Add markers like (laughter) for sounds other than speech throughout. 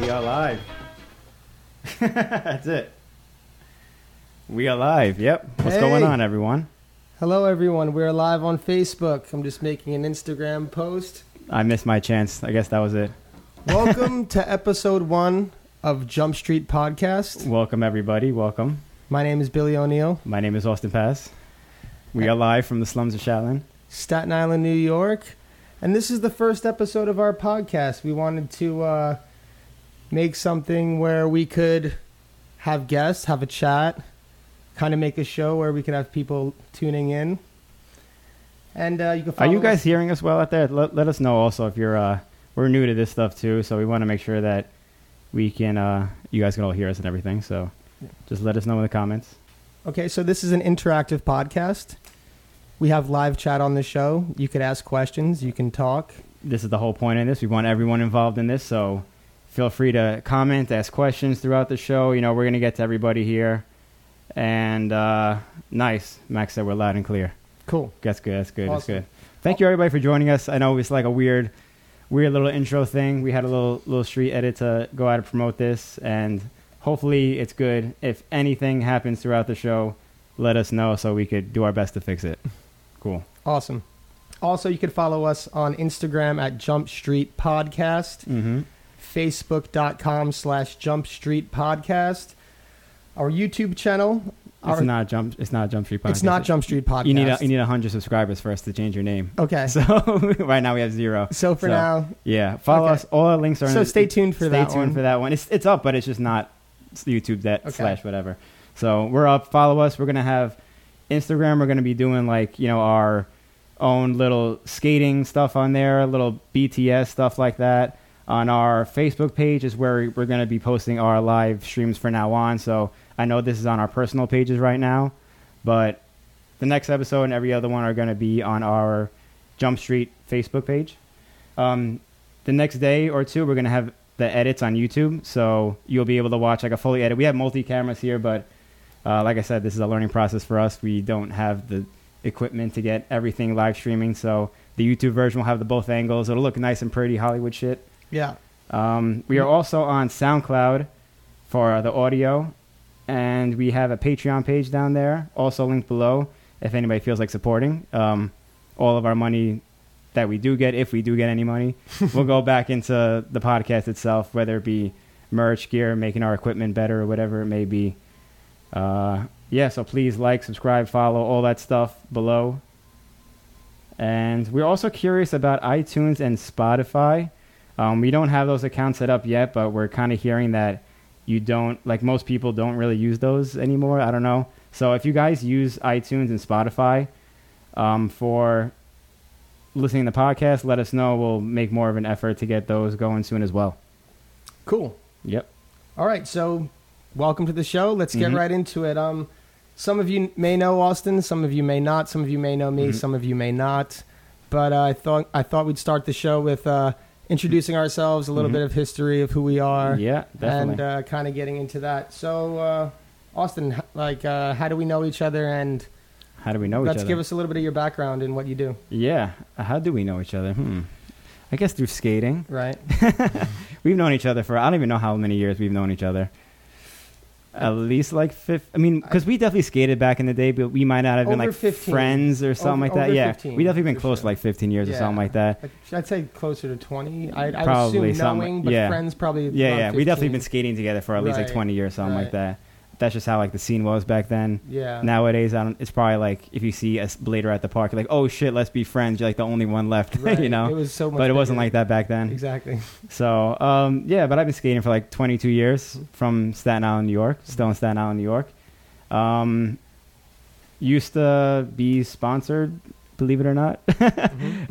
We are live. (laughs) That's it. We are live. Yep. What's Hey. going on, everyone? Hello, everyone. We're live on Facebook. I'm just making an Instagram post. (laughs) I missed my chance. I guess that was it. Welcome to episode one of Jump Street Podcast. Welcome, everybody. Welcome. My name is Billy O'Neill, My name is Austin Pass. We are live from the slums of Shaolin. Staten Island, New York. And this is the first episode of our podcast. We wanted to uh, make something where we could have guests, have a chat, kind of make a show where we could have people tuning in. And uh, you can Are follow you us- guys hearing us well out there? Let, let us know also if you're. Uh, we're new to this stuff too, so we want to make sure that we can. Uh, you guys can all hear us and everything. So just let us know in the comments. Okay, so this is an interactive podcast. We have live chat on the show. You could ask questions, you can talk. this is the whole point of this. We want everyone involved in this, so feel free to comment, ask questions throughout the show. You know, we're gonna get to everybody here. And uh, nice, Max said we're loud and clear. Cool. That's good. That's good. That's Awesome. good. Thank you everybody for joining us. I know it's like a weird, weird little intro thing. We had a little little street edit to go out and promote this, and hopefully it's good. If anything happens throughout the show, let us know so we could do our best to fix it. Cool. Awesome. Also, you could follow us on Instagram at Jump Street Podcast, Mm-hmm. Facebook.com slash Jump Street Podcast, our YouTube channel. It's Our, not jump. It's not jump street. it's Podcast. not Jump Street Podcast. You need a, you need a hundred subscribers for us to change your name. okay. So, (laughs) So right now we have zero. for so- now, Yeah, follow Okay. us. All our links are. in so the, stay tuned for stay that tuned one. for that one. It's it's up, but it's just not YouTube that Okay. slash whatever. So we're up. Follow us. We're gonna have Instagram. We're gonna be doing like you know our own little skating stuff on there, little BTS stuff like that. On our Facebook page is where we're gonna be posting our live streams for now on. So I know this is on our personal pages right now, but the next episode and every other one are going to be on our Jump Street Facebook page. Um, the next day or two, we're going to have the edits on YouTube, so you'll be able to watch like a fully edit. We have multi cameras here, but uh, like I said, this is a learning process for us. We don't have the equipment to get everything live streaming, so the YouTube version will have the both angles. It'll look nice and pretty Hollywood shit. Yeah. Um, we are also on SoundCloud for the audio, and we have a Patreon page down there, also linked below. If anybody feels like supporting, um, all of our money that we do get, if we do get any money, will go back into the podcast itself, whether it be merch, gear, making our equipment better, or whatever it may be. Uh, yeah, so please like, subscribe, follow, all that stuff below. And we're also curious about iTunes and Spotify. Um, we don't have those accounts set up yet, but we're kind of hearing that you don't, like most people don't really use those anymore. I don't know. So if you guys use iTunes and Spotify um, for listening to podcasts, let us know. We'll make more of an effort to get those going soon as well. Cool. Yep. All right, so welcome to the show. Let's get Mhm. right into it. Um, some of you may know Austin, some of you may not. Some of you may know me, Mhm. some of you may not. But uh, I thought I thought we'd start the show with uh, introducing ourselves, a little Mhm. bit of history of who we are, Yeah, definitely. and uh, kind of getting into that. So, uh, Austin, h- like, uh, how do we know each other? And How do we know each other? let's give us a little bit of your background and what you do. Yeah. How do we know each other? Hmm. I guess through skating. Right? We've known each other for I don't even know how many years we've known each other. At least like fifth. I mean, because we definitely skated back in the day, but we might not have been Over like 15. friends or something like Over- that. over Yeah, 15, we definitely been for close to sure. like fifteen years or Yeah. something like that. Like, I'd say closer to twenty. I, I Probably would assume some- knowing, but yeah. friends probably. Yeah, around yeah, we definitely 15. been skating together for at least like Right, twenty years, something like right. that. That's just how like the scene was back then. Yeah. Nowadays, I don't, it's probably like if you see us later at the park, you're like, oh shit, let's be friends. You're like the only one left, (laughs) Right. you It know. was so much but it wasn't bigger. like that back then. (laughs) Exactly. So um, yeah, but I've been skating for like 22 years from Staten Island, New York. Still in Staten Island, New York. Um, used to be sponsored, believe it or not. (laughs)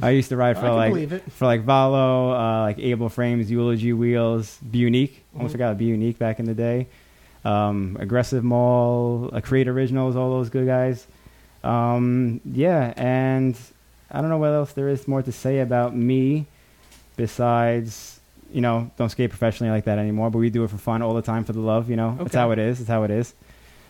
I used to ride Mm-hmm. for I can like believe it. for like Valo, uh, like Able Frames, Eulogy Wheels, Be Unique. Almost Mhm. forgot about Be Unique back in the day. Um, Aggressive Mall, uh, Create Originals, all those good guys. Um, yeah, and I don't know what else there is more to say about me besides, you know, don't skate professionally like that anymore, but we do it for fun all the time for the love, you know. It's Okay. how it is. It's how it is.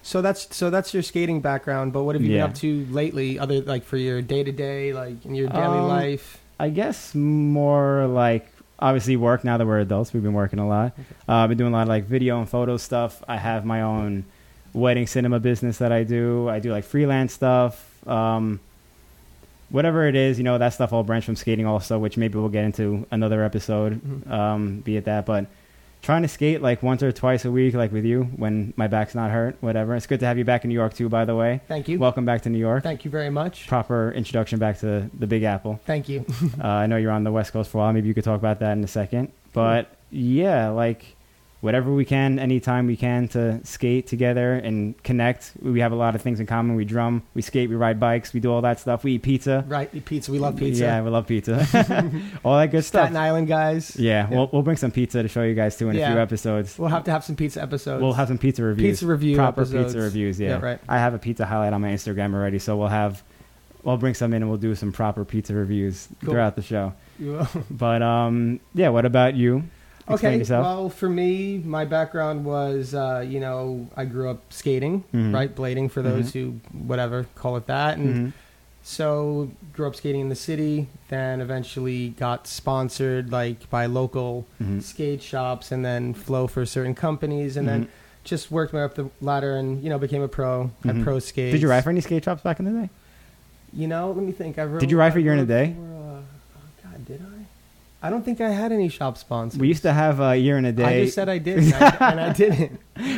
So that's so that's your skating background. But what have you Yeah. been up to lately? Other like for your day to day, like in your daily Um, life. I guess more like obviously work now that we're adults. We've been working a lot. Uh, I've been doing a lot of like video and photo stuff. I have my own wedding cinema business that I do. I do like freelance stuff. Um, whatever it is, you know, that stuff all branch from skating also, which maybe we'll get into another episode, Mhm. um, be it that. But trying to skate like once or twice a week, like with you, when my back's not hurt, whatever. It's good to have you back in New York too, by the way. Thank you. Welcome back to New York. Thank you very much. Proper introduction back to the Big Apple. Thank you. (laughs) Uh, I know you're on the West Coast for a while. Maybe you could talk about that in a second. But yeah, like whatever we can, anytime we can to skate together and connect. We have a lot of things in common. We drum, we skate, we ride bikes, we do all that stuff. We eat pizza. right, the pizza. We love pizza. Yeah, we love (laughs) pizza. (laughs) all that good Staten stuff. Island guys. Yeah, Yeah. We'll, we'll bring some pizza to show you guys too in a Yeah. few episodes. We'll have to have some pizza episodes. We'll have some pizza reviews. pizza review proper episodes. pizza reviews. Yeah. Yeah, right. I have a pizza highlight on my Instagram already, so we'll have. I'll bring some in and we'll do some proper pizza reviews Cool. throughout the show. You- But um, yeah. What about you? (laughs) Explain okay. yourself. Well, for me, my background was, uh, you know, I grew up skating, Mhm. right? Blading for those Mm-hmm. who, whatever, call it that. And Mhm. so grew up skating in the city, then eventually got sponsored like by local Mhm. skate shops and then flow for certain companies and Mhm. then just worked my way up the ladder and, you know, became a pro, had Mhm. pro skates. Did you ride for any skate shops back in the day? You know, let me think. I wrote, Did you ride for I Year and a wrote Day? for, uh, oh God, did I? I don't think I had any shop sponsors. We used to have a year and a day. I just said I did, and I, and (laughs) I didn't.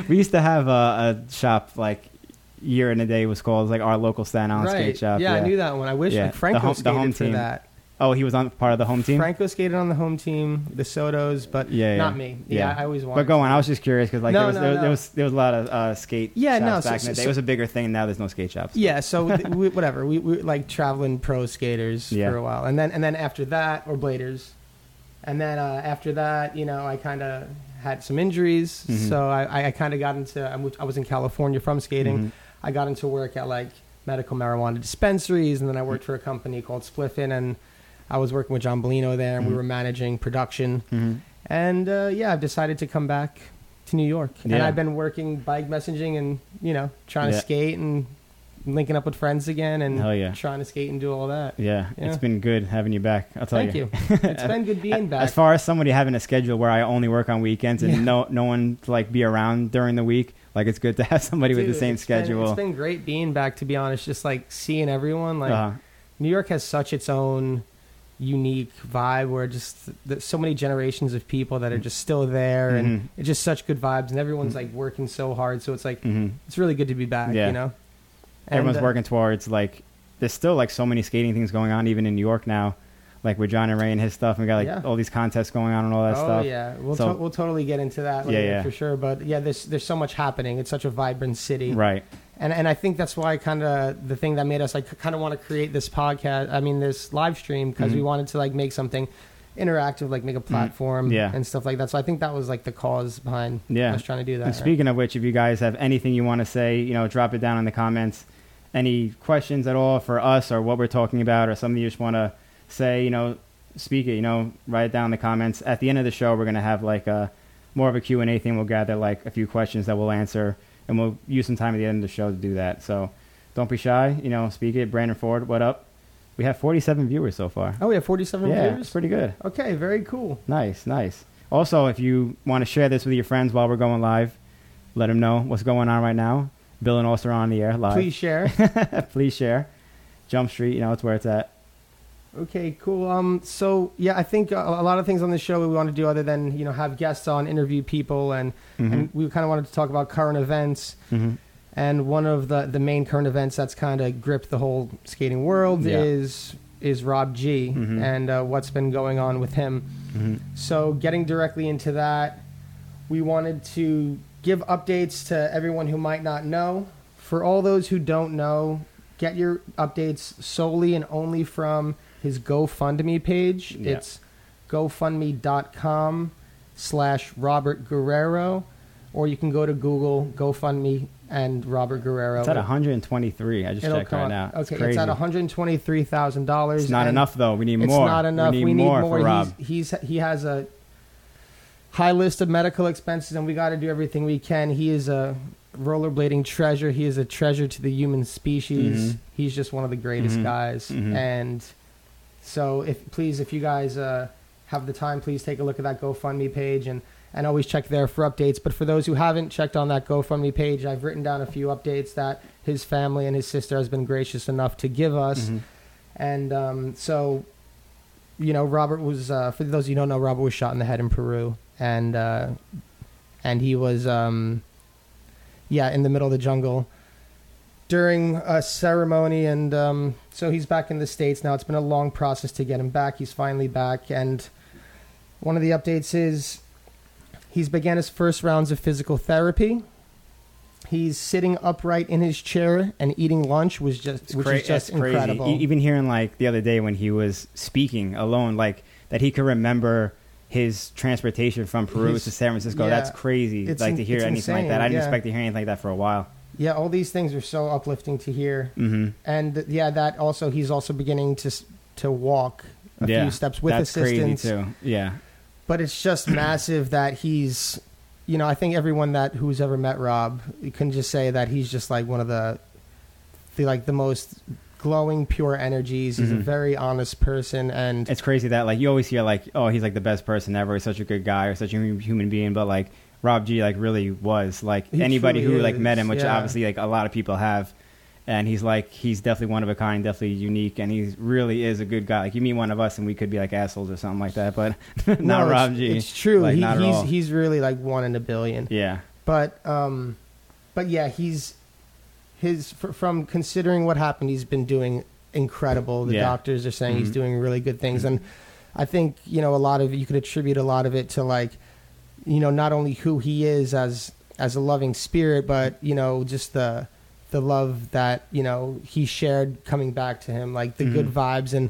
we used to have a, a shop like year and a day was called like our local Staten Island skate shop. Yeah, I knew that one. I wish Yeah, like, the Franco home- the skated home for team. that. Oh, he was on part of the home team. Franco skated on the home team, the Sotos, but Yeah, yeah. not me. Yeah, Yeah. I always wanted. But go to. on. I was just curious because like No, there, was, no, there, no. there was there was a lot of uh, skate Yeah, shops no, so- back in the day. so- so- it was a bigger thing. Now there's no skate shops. Yeah, so th- we, whatever. We, we were, like traveling pro skaters Yeah. for a while, and then and then after that, or bladers, and then uh, after that, you know, I kind of had some injuries, Mhm. so I, I kind of got into. I, moved, I was in California from skating. Mhm. I got into work at like medical marijuana dispensaries, and then I worked for a company called Spliffin, and I was working with John Bellino there, and we Mhm. were managing production. Mhm. And uh, yeah, I've decided to come back to New York, and Yeah. I've been working bike messaging and you know trying Yeah. to skate and linking up with friends again, and Hell yeah. trying to skate and do all that. yeah, Yeah. It's been good having you back. I'll tell (laughs) Thank you. It's been good being back. As far as somebody having a schedule where I only work on weekends and Yeah. no no one to, like be around during the week, like it's good to have (laughs) somebody with Dude, the same it's been- schedule. it's been great being back. To be honest, just like seeing everyone, like Uh-huh. New York has such its own unique vibe where just th- th- so many generations of people that are just still there and Mhm. it's just such good vibes and everyone's like working so hard so it's like Mhm. it's really good to be back Yeah. you know And, Everyone's uh, working towards like there's still like so many skating things going on even in New York now, like with John and Ray and his stuff, and we got like Yeah. all these contests going on and all that oh stuff. yeah we'll, So- to- we'll totally get into that Yeah, later yeah. for sure but yeah there's there's so much happening it's such a vibrant city Right. and and I think that's why kind of the thing that made us like kind of want to create this podcast. I mean, this live stream because we Mhm. wanted to like make something interactive, like make a platform, Mm-hmm. Yeah. and stuff like that. So I think that was like the cause behind Yeah. us trying to do that. And speaking of which, if you guys have anything you want to say, you know, drop it down in the comments. Any questions at all for us or what we're talking about or something you just want to say, you know, speak it, you know, write it down in the comments. At the end of the show, we're going to have like a more of a Q&A thing. We'll gather like a few questions that we'll answer and we'll use some time at the end of the show to do that. So don't be shy, you know, speak it. Brandon Ford, what up? We have 47 viewers so far. Oh, we have forty-seven yeah, it's viewers. pretty good. Okay, very cool. Nice, nice. Also, if you want to share this with your friends while we're going live, let them know what's going on right now. Bill and Ulster on the air live. Please share. (laughs) Please share. Jump Street, you know, it's where it's at. okay, cool. Um, so yeah, I think a, a lot of things on this show we want to do other than you know have guests on, interview people, and and we kind of wanted to talk about current events. Mhm. And one of the, the main current events that's kind of gripped the whole skating world Yeah. is is Rob G Mhm. and uh, what's been going on with him. Mhm. So getting directly into that, we wanted to give updates to everyone who might not know. For all those who don't know, get your updates solely and only from his GoFundMe page. Yeah. It's gofundme.com slash Robert Guerrero, or you can go to Google, GoFundMe, and Robert Guerrero. It's at 123. I just checked right up. now. Okay, it's it's, crazy. at $123,000. It's not and enough, though. We need It's more. not enough. We need, more, for Rob. He's, he's, he has a high list of medical expenses, and we got to do everything we can. He is a rollerblading treasure. He is a treasure to the human species. Mhm. Mm-hmm. He's just one of the greatest Mhm. guys. Mhm. And so, if please, if you guys uh, have the time, please take a look at that GoFundMe page and, and always check there for updates. But for those who haven't checked on that GoFundMe page, I've written down a few updates that his family and his sister has been gracious enough to give us. Mhm. And um, so, you know, Robert was uh, for those of you who don't know, Robert was shot in the head in Peru, and uh, and he was um, yeah in the middle of the jungle during a ceremony, and um, so he's back in the states now. It's been a long process to get him back. He's finally back, and one of the updates is he's began his first rounds of physical therapy. He's sitting upright in his chair and eating lunch, was just It's which cra- is just it's crazy. incredible. E- even hearing like the other day when he was speaking alone, like that he could remember his transportation from Peru His- to San Francisco. yeah. That's crazy. It's like in- to hear it's anything like that. insane, I didn't yeah. expect to hear anything like that for a while. Yeah, all these things are so uplifting to hear, hmm and th- yeah, that also he's also beginning to s- to walk a yeah, few steps with that's assistance. crazy too. Yeah, But it's (clears throat) just massive that he's, you know, I think everyone that who's ever met Rob you can just say that he's just like one of the, the like the most glowing, pure energies. He's a Mhm. very honest person, and it's crazy that like you always hear like, oh, he's like the best person ever, he's such a good guy, or such a hum- human being, but like. Rob G like really was like He anybody truly who like met is, him, which yeah. obviously like a lot of people have, and he's like he's definitely one of a kind, definitely unique, and he really is a good guy. Like you meet one of us and we could be like assholes or something like that, but (laughs) not No, it's- Rob G. It's true. Like, he, not at he's all. he's really like one in a billion. Yeah, but um but yeah he's his fr- from considering what happened he's been doing incredible the Yeah. doctors are saying he's Mhm. doing really good things and i think you know a lot of you could attribute a lot of it to like you know not only who he is as as a loving spirit but you know just the the love that you know he shared coming back to him like the good Mhm. vibes and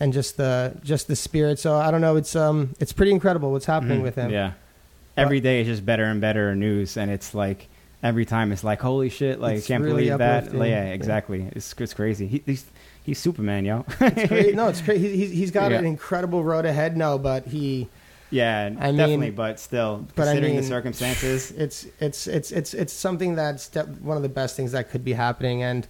and just the just the spirit so i don't know it's um it's pretty incredible what's happening Mhm. with him Yeah, every day is just better and better news, and it's like every time it's like holy shit, like It's can't really believe that. uplifting. Like, yeah, Yeah. exactly. It's it's crazy. He, he's he's Superman, yo. (laughs) It's great. No, it's great. He, he's, he's got Yeah. an incredible road ahead. No, but he, yeah, I mean- definitely. but still, but I considering mean- the circumstances, it's it's it's it's it's something that's de- one of the best things that could be happening, and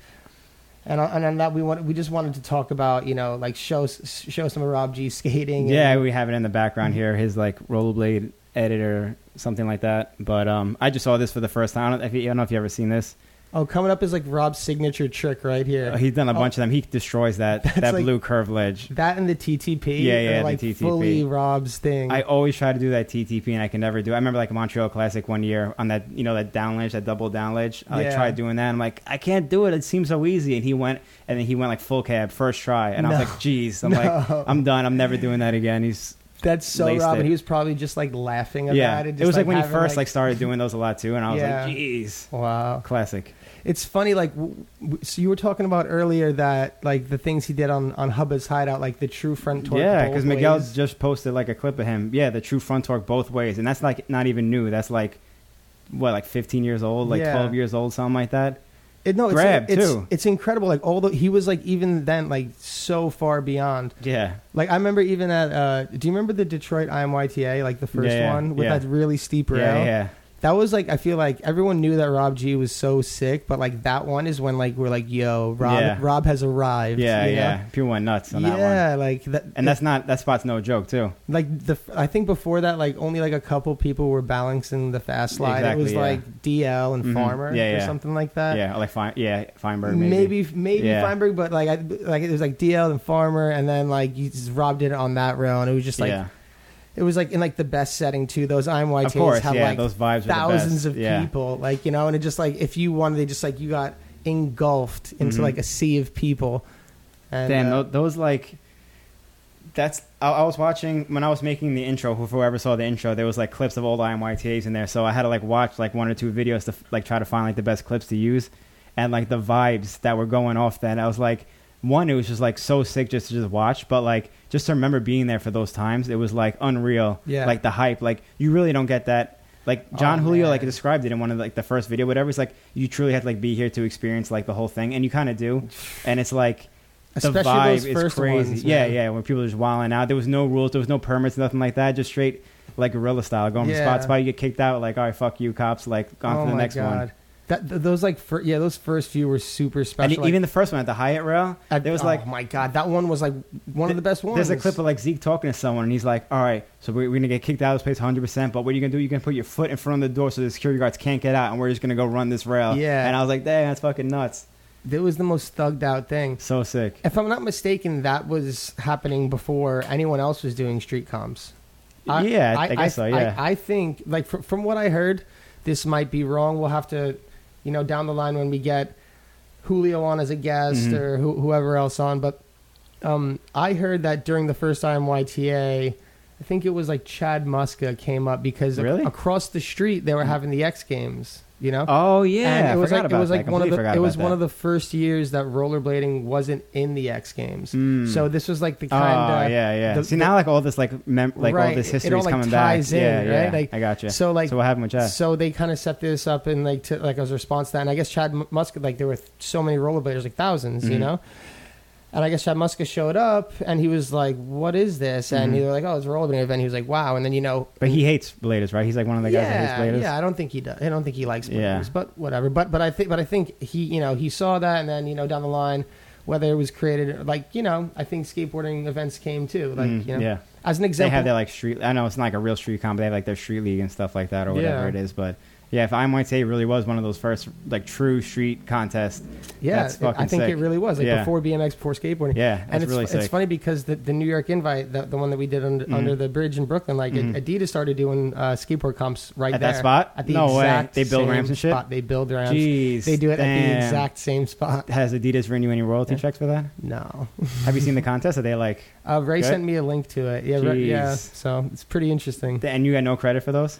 and and, and that we want we just wanted to talk about you know like show s- show some of Rob G skating. yeah, and, we have it in the background Mm-hmm. here. His like rollerblade editor, something like that. But um, I just saw this for the first time. I don't, if you, I don't know if you ever seen this. oh, coming up is like Rob's signature trick right here. Uh, He's done a bunch of them. He destroys (laughs) that that Oh. like- blue curve ledge. that and the TTP. Yeah, yeah, are the like TTP. fully Rob's thing. I always try to do that TTP and I can never do. it. I remember like a Montreal Classic one year on that you know that down ledge, that double down ledge. I like, Yeah. tried doing that. I'm like, I can't do it. It seems so easy. And he went and then he went like full cab first try. And I No. was like, geez, I'm (laughs) No. like, I'm done. I'm never doing that again. He's that's so laced Rob, and it. he was probably just like laughing about yeah. it. It just, was like, when he having, first like, started doing those a lot too, and I was Yeah. like, geez, wow. classic. It's funny, like w- w- so you were talking about earlier that like the things he did on on Hubba's Hideout, like the true front torque. yeah, both because Miguel ways. just posted like a clip of him. Yeah, the true front torque both ways, and that's like not even new. That's like what, like 15 years old, like Yeah. 12 years old, something like that. it, no, it's, grab, it's, too. It's incredible. Like all the he was like even then like so far beyond. Yeah. Like I remember even at uh, do you remember the Detroit IMYTA like the first Yeah, yeah, one with yeah. that really steep rail? Yeah, yeah. That was like I feel like everyone knew that Rob G was so sick, but like that one is when like we're like, yo, Rob, Yeah. Rob has arrived. Yeah, you know? yeah. People went nuts on that one. Yeah, like that, And that's not that spot's no joke too. like the I think before that like only like a couple people were balancing the fast slide. it Exactly, was yeah. like DL and Mhm. Farmer Yeah, or yeah. something like that. yeah, or like Fein, yeah, Feinberg maybe. Uh, Maybe maybe Yeah. Feinberg, but like I, like it was like DL and Farmer, and then like you just robbed it on that rail, and it was just like yeah, it was like in like the best setting too. Those IMYTs of course. have yeah, like those vibes. thousands are the best. of yeah. people, like you know, and it just like if you wanted, they just like you got engulfed into Mhm. like a sea of people. And, Damn, uh, tho- those like. That's I, I was watching when I was making the intro. who- Whoever saw the intro, there was like clips of old IMYTAs in there, so I had to like watch like one or two videos to like try to find like the best clips to use, and like the vibes that were going off then. I was like, one, it was just like so sick just to just watch, but like just to remember being there for those times, it was like unreal. Yeah. like the hype. Like you really don't get that. Like John Oh, Julio, like man. described it in one of like the first video, whatever. It's like you truly have to like be here to experience like the whole thing, and you kind of do. And it's like especially the vibe those is first crazy. ones, yeah, man. yeah. When people are just wilding out, there was no rules, there was no permits, nothing like that. Just straight like guerrilla style, going from Yeah. spot to spot. You get kicked out, like all right, fuck you, cops. Like on oh to the my next God. one. That th- those like fir- yeah, those first few were super And special. like, even the first one at the Hyatt Rail, I- there was oh like my god, that one was like one of the best ones. There's a clip of like Zeke talking to someone, and he's like, "All right, so we're, we're gonna get kicked out of this place 100, percent but what are you gonna do? You're gonna put your foot in front of the door so the security guards can't get out, and we're just gonna go run this rail." Yeah. And I was like, "Dang, that's fucking nuts! That was the most thugged out thing. So sick." If I'm not mistaken, that was happening before anyone else was doing street comms. yeah, I, I guess so. Yeah. I, I think, like, fr- from what I heard, this might be wrong. We'll have to, you know, down the line when we get Julio on as a guest Mhm. or who whoever else on. But um, I heard that during the first IMYTA, I think it was like Chad Muska came up because ac- Really? Mm. across the street they were having the X Games, you know? oh yeah, And I it was forgot like about it was that. like one of Completely the forgot it was about one that. of the first years that rollerblading wasn't in the X Games. Mm. So this was like the Oh kind of yeah, yeah. the- See the- now, like all this, like mem- like all Right, this it- it history all, is like, coming ties back. in, yeah, yeah. right? Like, I gotcha. so, like- so what happened with that? So they kind of set this up and like to, like as a response to that. And I guess Chad M- Muska like there were th- so many rollerbladers, like 1000s you Mhm. know. And I guess Chad Muska showed up and he was like, "What is this?" Mm-hmm. And he was like, "Oh, it's a rollerblading event." He was like, "Wow!" And then you know, but he hates Bladers, right? He's like one of the guys that yeah, hates Bladers. yeah. I don't think he does. I don't think he likes bladers, Yeah. but whatever. But but I think but I think he you know he saw that and then you know down the line. Whether it was created, like you know, I think skateboarding events came too. Like Mm, you know, yeah. as an they example, have their like street. I know it's not like a real street comp. They have like their street league and stuff like that, or whatever Yeah. it is. But yeah, if I might say, it really was one of those first like true street contests. Yeah, That's it- fucking I think sick. it really was like Yeah. before BMX, before skateboarding. Yeah, that's and it's really it's sick. funny because the, the New York invite, the, the one that we did under, Mhm. under the bridge in Brooklyn, like Mhm. Adidas started doing uh, skateboard comps right At there that spot? At the No way. exact They build same ramps and shit? Spot. They build ramps. Jeez, They do it at damn. the exact (laughs) same spot. Has Adidas written you any royalty Yeah. checks for that? No, Have you seen the contest? Are they like, uh, Ray Good. sent me a link to it. Yeah, Ray- yeah. Jeez. So it's pretty interesting. and you got no credit for those?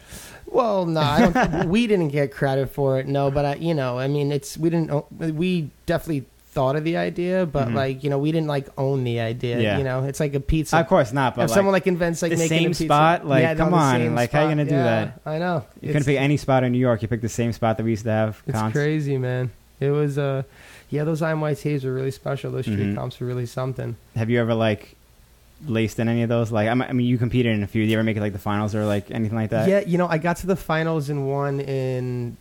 Well, no, I (laughs) don't, we didn't get credit for it. No, but I, you know, I mean, it's we didn't. o- We definitely thought of the idea, but Mhm. like you know, we didn't like own the idea. Yeah. You know, it's like a pizza. of course not. But if like, someone like invents like the making same a pizza, spot, like, yeah, come the on, same like, how you gonna do Yeah, that? I know. you couldn't pick any spot in New York. You picked the same spot that we used to have. It's cons. crazy, man. It was uh, yeah, those IMYTs were really special. Those street Mhm. comps were really something. Have you ever like laced in any of those? Like, I'm- I mean, you competed in a few. Did you ever make it like the finals or like anything like that? Yeah, you know, I got to the finals in one in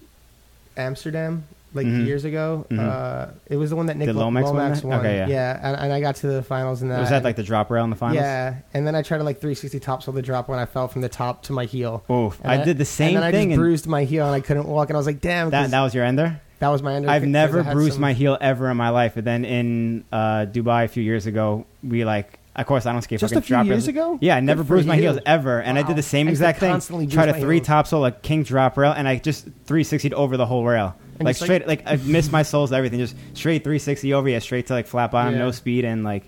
Amsterdam like Mhm. years ago. Mhm. Uh, it was the one that Nick Did Lo- Lomax Lomax, win that? won. Okay, yeah. and, and I got to the finals in that. Was that like the drop rail in the finals? Yeah, and then I tried to like 360 topsail the drop when I fell from the top to my heel. Oof. And I did the same and then I thing. just and bruised my heel and I couldn't walk, and I was like, "Damn!" 'cause that, that was your ender? that was my end. of the I've thing, 'cause I never had bruised some- my heel ever in my life. But then in uh, Dubai a few years ago, we like, of course, I don't skate just fucking a few drop rails. years ago. Yeah, I never Good for bruised my you. heels ever, and I Wow. did the same I used to exact thing. constantly Tried bruise a my three heels. top sole, like king drop rail, and I just 360'd over the whole rail, And like just, like- straight. Like, I missed my soles, everything, just straight 360 over, yeah, straight to like flat bottom, Yeah. no speed, and like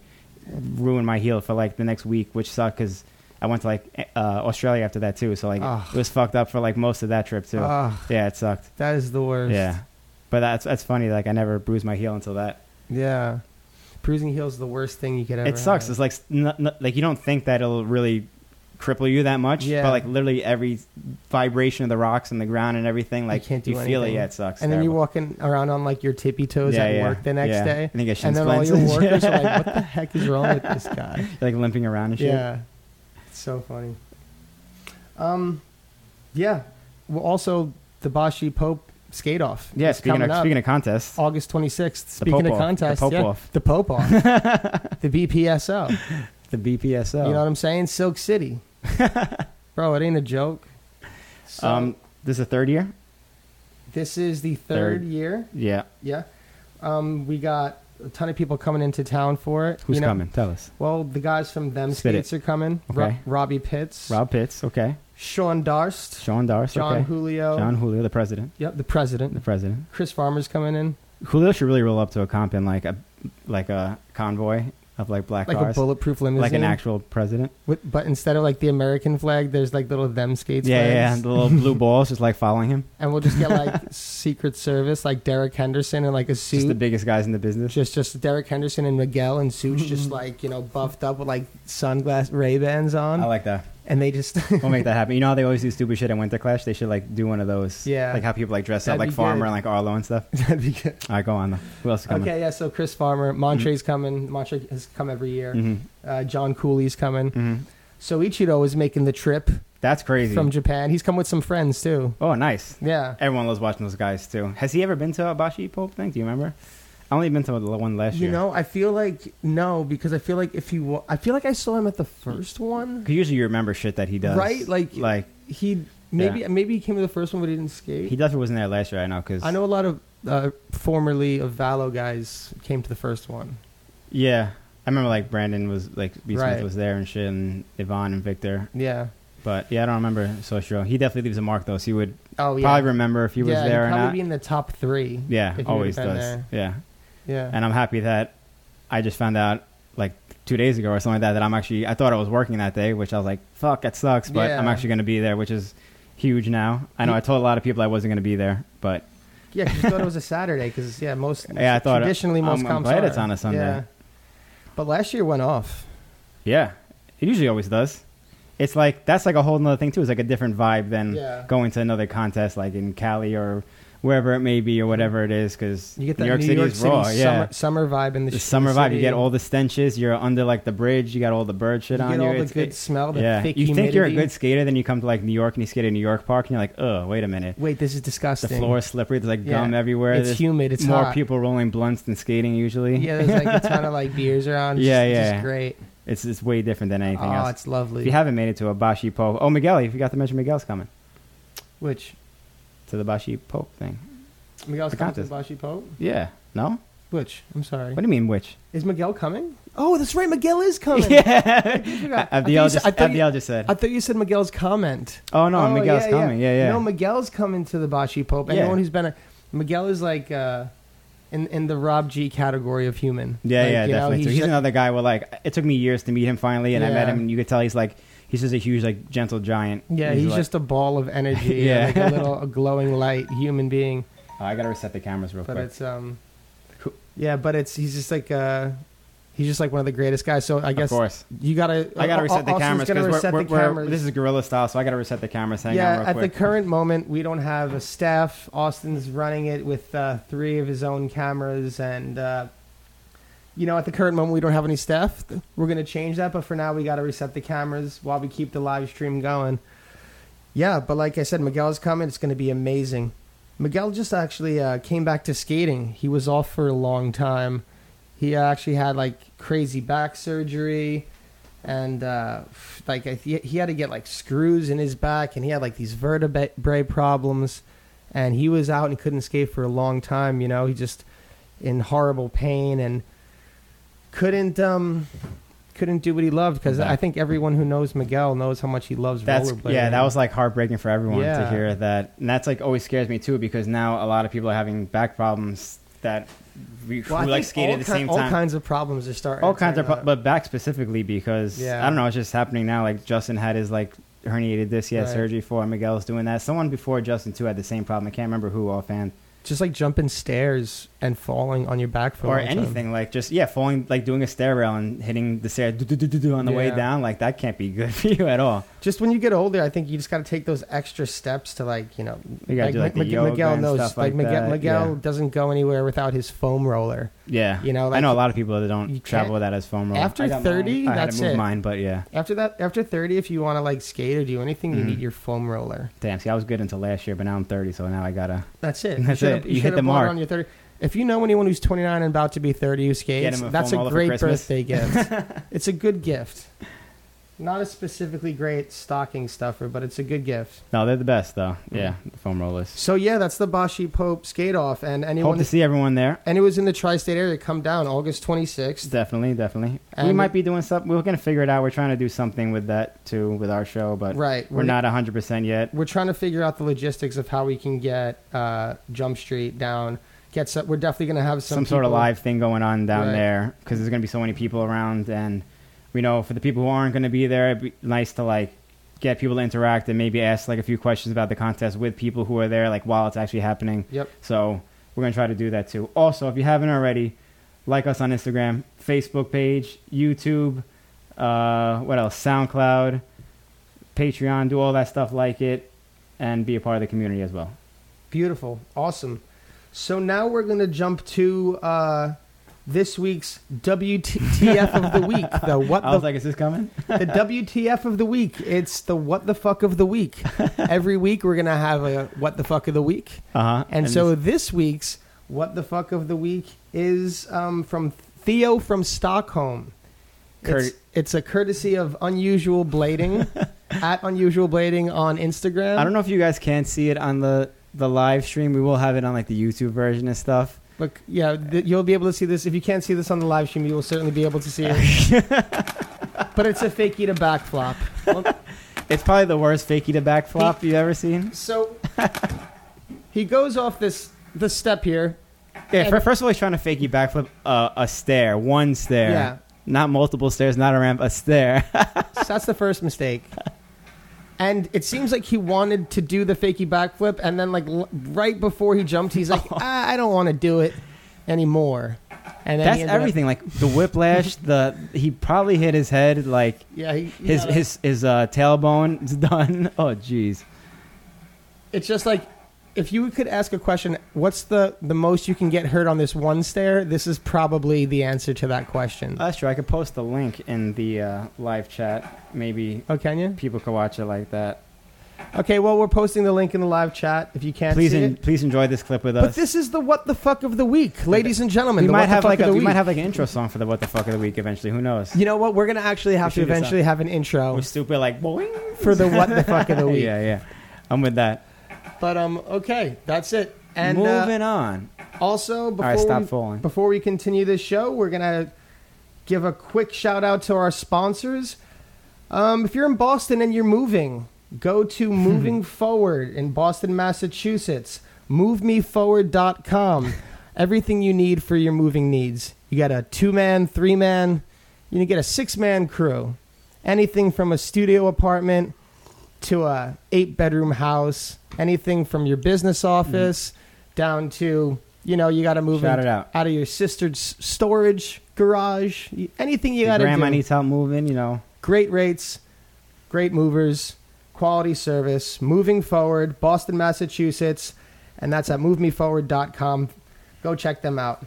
ruined my heel for like the next week, which sucked because I went to like eh, uh, Australia after that too, so like Ugh. it was fucked up for like most of that trip too. Ugh, yeah, it sucked. (laughs) that is the worst. Yeah, but that's that's funny. Like I never bruised my heel until that. yeah. Bruising heels is the worst thing you could ever. it sucks. have. It's like n- n- like you don't think that it'll really cripple you that much, Yeah. but like literally every vibration of the rocks and the ground and everything, like can't do feel it. anything. Yeah, it sucks. and then you're Terrible. walking around on like your tippy toes Yeah, at yeah, work the next yeah. day, I think I should and then all your splint. workers are like, "What the heck is wrong with this guy?" (laughs) like limping around and (laughs) shit. Yeah, it's so funny. Um, yeah. Well, also the Bashi Pope skate off. Yeah, is speaking coming of up Oh. speaking of contests, August 26th. Speaking Pope of Off, the contests, Pope yeah, Off. the (laughs) Pope off, the BPSO. the BPSO. You know what I'm saying? (laughs) Silk City. Bro, it ain't a joke. So, um, this is the third year. this is the third, third. year. Yeah, Yeah. Um, we got a ton of people coming into town for it. who's you know? coming? Tell us. Well, the guys from Them Spit it. Skates are coming. Ro- Okay. Robbie Pitts. Rob Pitts, okay. Sean Darst. Sean Darce, John okay. Julio. John Julio, the president. Yep, the The president. president. Chris Farmer's coming in. Julio should really roll up to a comp in like a like a convoy of like black Like cars, a bulletproof limousine. like an actual president. With, but instead of like the American flag, there's like little them skates. yeah, yeah, flags. and the little (laughs) blue balls just like following him. And we'll just get like (laughs) Secret Service, like Derek Henderson in like a Just the suit. biggest guys in the business. Just just Derek Henderson and Miguel and suits, (laughs) just like you know, buffed up with like sunglass Ray Bans on, I like that. and they just (laughs) We'll make that happen. You know how they always do stupid shit at Winter Clash? They should like do one of those. Yeah. Like how people like dress That'd up like be Farmer good. and like Arlo and stuff. that'd be good. All right, go on. Mm. Though. Who else is coming? Okay, yeah. So Chris Farmer, Montre's coming. Montre has come every year. hmm Uh, John Cooley's coming. hmm So Ichido is making the trip That's crazy. from Japan. He's come with some friends too. oh, nice. Yeah. Everyone loves watching those guys too. Has he ever been to a Bashi Pope thing? Do you remember? I only been to the one last You year. know, I feel like no because I feel like if he wa- I feel like I saw him at the first one. 'Cause usually you remember shit that he does, Right, like- like He maybe maybe he came to the first one but he didn't skate. he definitely wasn't there last year. I know because I know a lot of uh, formerly of Valo guys came to the first one. Yeah, I remember like Brandon was like B Smith Right. was there and shit, and Yvonne and Victor. Yeah. But yeah, I don't remember Soshiro. He definitely leaves a mark though, so you would Oh yeah. probably remember if he was yeah, there or he'd probably not. be in the top three. yeah, if he always would've been does. there. Yeah, Yeah. and I'm happy that I just found out like two days ago or something like that that I'm actually I thought I was working that day, which I was like, fuck, that sucks, but I'm Yeah. actually going to be there, which is huge now. I know Ye- I told a lot of people I wasn't going to be there, but (laughs) Yeah, 'cause you thought it was a Saturday because yeah, most (laughs) Yeah, I thought- uh, traditionally most I'm- I'm comps glad are. it's on a Sunday. Yeah. But last year went off. yeah, it usually always does. It's like that's like a whole nother thing too. It's like a different vibe than Yeah. going to another contest like in Cali or wherever it may be or whatever it is because You get that New York New City York is City raw. summer, yeah, summer vibe in the, the sh- summer the vibe. You city. get all the stenches. You're under like the bridge. You got all the bird You shit get on you. all the It's- good it- smell, the yeah, thick you think you're a good humidity. skater, then you come to like New York and you skate in New York Park, and you're like, oh, wait a minute, Wait, this is the disgusting. floor is slippery. There's like Yeah. gum everywhere. It's There's humid. It's more hot. people rolling blunts than skating usually. Yeah, there's like a (laughs) ton of like beers around. It's Yeah, just, it's yeah. Just great. it's it's way different than anything oh, else. it's lovely. If you haven't made it to a Bashi Pope, oh Miguel, you forgot to mention Miguel's coming Which to the Bashi Pope thing. Miguel's The coming to the contest. Bashi Pope? Yeah, no. Which I'm sorry. What do you mean which? Is Miguel coming? Oh, that's right. Miguel is (laughs) coming. yeah, Oh, I thought you Abdiel said- just, I thought you- Abdiel just said. I thought you said Miguel's comment. oh no, Oh, Miguel's coming. Yeah, yeah. No, Miguel's coming to the Bashi Pope. Yeah. Anyone who's been a Miguel is like uh, in in the Rob G category of human. yeah, Like, yeah, you know, definitely. too. he's He's like- another guy where like it took me years to meet him finally, and I met Yeah. him, and you could tell he's like he's just a huge like gentle giant. yeah, he's, like, just a ball of energy. (laughs) Yeah. like a little a glowing light human being. Oh, I gotta reset the cameras real But quick. it's um, Cool. yeah, but it's he's just like uh, he's just like one of the greatest guys. So I of guess course, you gotta I gotta Al- reset the Austin's cameras gonna because reset we're, the we're- cameras. this is guerrilla style, so I gotta reset the cameras. Hang on yeah, real at quick. the current moment, we don't have a staff. Austin's running it with uh, three of his own cameras, and uh, you know, at the current moment, we don't have any staff. We're gonna change that, but for now, we gotta reset the cameras while we keep the live stream going. Yeah, but like I said, Miguel's coming. It's gonna be amazing. Miguel just actually uh, came back to skating. He was off for a long time. He actually had like crazy back surgery and uh, like I th- he had to get like screws in his back, and he had like these vertebrae problems, and he was out and couldn't skate for a long time. You know, he just in horrible pain and couldn't um couldn't do what he loved because Yeah. I think everyone who knows Miguel knows how much he loves That's rollerblading. yeah, that was like heartbreaking for everyone to Yeah. hear that, and that's like always scares me too because now a lot of people are having back problems that we Well, I who like think skated all at the ki- same All time. kinds of problems are starting. all to uh, kinds of, turn pro- up. but back specifically because Yeah. I don't know, it's just happening now. Like Justin had his like herniated disc, he had Right. surgery for. and Miguel's doing that. Someone before Justin too had the same problem. I can't remember who offhand just like jumping stairs and falling on your back for a or long time. anything like just yeah, falling like doing a stair rail and hitting the stair do- do- do- do- do on the way Yeah. down. Like that can't be good (laughs) for you at all. just when you get older, I think you just got to take those extra steps to like you know, You gotta do, like, the yoga Miguel and knows, stuff like, like Miguel, that, Miguel yeah. doesn't go anywhere without his foam roller. Yeah, You know, I like, know a lot of people that you don't travel can't- with that as foam roller. After I got 30, mine. I had that's to move it. mine, but yeah. After that, after thirty, if you want to like skate or do anything, you Mhm. need your foam roller. Damn, see, I was good until last year, but now I'm 30, so now I gotta That's it. That's it. should've- You hit should've the bought it mark. On your thirty. If you know anyone who's 29 and about to be 30 who skates, him a that's foam a roller for great Christmas. birthday gift. (laughs) it's a good gift. Not a specifically great stocking stuffer, but it's a good gift. No, they're the best though. Yeah, the foam rollers. So yeah, that's the Bashi Pope skate off, and anyone Hope to see everyone there. and it was in the tri-state area. Come down August 26th. Definitely, definitely. we And- might be doing something. We're gonna figure it out. We're trying to do something with that too, with our show, but Right, we're, not hundred percent yet. We're trying to figure out the logistics of how we can get uh, Jump Street down. Get some, we're definitely going to have Some, some sort of people- live thing going on down Right. there because there's gonna be so many people around, and we know for the people who aren't gonna be there, it'd be nice to like get people to interact and maybe ask like a few questions about the contest with people who are there, like while it's actually happening. Yep. So we're gonna try to do that too. Also, if you haven't already, like us on Instagram, Facebook page, YouTube, uh, what else? SoundCloud, Patreon. Do all that stuff. Like it, and be a part of the community as well. Beautiful, awesome. So now we're going to jump to uh, this week's WTF of the week. (laughs) The what I was Uh, the, like, is this coming? the WTF of the week. It's the what the fuck of (laughs) the week. Every week we're gonna have a what the fuck of the week. Uh huh. Uh-huh. And, so this week's what the fuck of the week is um, from Theo from Stockholm. it's, Curt- it's a courtesy of unusual blading at unusual blading on Instagram. I don't know if you guys can see it on the the live stream. We will have it on like the YouTube version and stuff. But yeah, th- you'll be able to see this. If you can't see this on the live stream, you will certainly be able to see it. but it's a fakie to backflop. It's probably the worst fakie to back flop you've ever seen. So he goes off this this step here. Yeah, And- fir- first of all, he's trying to fakie backflip uh, a stair, one stair, Yeah. not multiple stairs, not a ramp, a stair. So that's the first mistake. And it seems like he wanted to do the fakie backflip, and then like l- right before he jumped, (laughs) he's like, ah, "I don't want to do it anymore." And then That's he ended up- everything. Like the whiplash, the he probably hit his head. Like yeah, he, he his got it. his his uh, tailbone is (laughs) done. Oh, jeez. It's just like if you could ask a question, what's the the most you can get hurt on this one stair? This is probably the answer to that question. That's true. I could post the link in the uh, live chat. Maybe oh, can you? people could watch it like that. Okay, well, we're posting the link in the live chat if you can't Please, see en- it. please enjoy this clip with But us. this is the what the fuck of the week, ladies and gentlemen. we the might what the have fuck like of a, the we week. might have like an intro song for the what the fuck of the week eventually. Who knows? You know what? We're gonna actually have to should do eventually have an intro We're stupid like boing. for the what (laughs) the fuck of the week. yeah, yeah. I'm with that. But um, okay, that's it. And uh, moving on. Also, before, right, stop we, falling. before we continue this show, we're going to give a quick shout out to our sponsors. Um, if you're in Boston and you're moving, (laughs) go to Moving Forward in Boston, Massachusetts. MoveMeForward.com. Everything you need for your moving needs. You got a two man, three man, you can get a six man crew. Anything from a studio apartment to a eight bedroom house, anything from your business Mm. office down to you know you got to move Shout in- it out. of your sister's storage garage, y- anything you Your got to grandma do. needs help moving. You know, great rates, great movers, quality service. Moving forward, Boston, Massachusetts, and that's at movemeforward.com. Go check them out.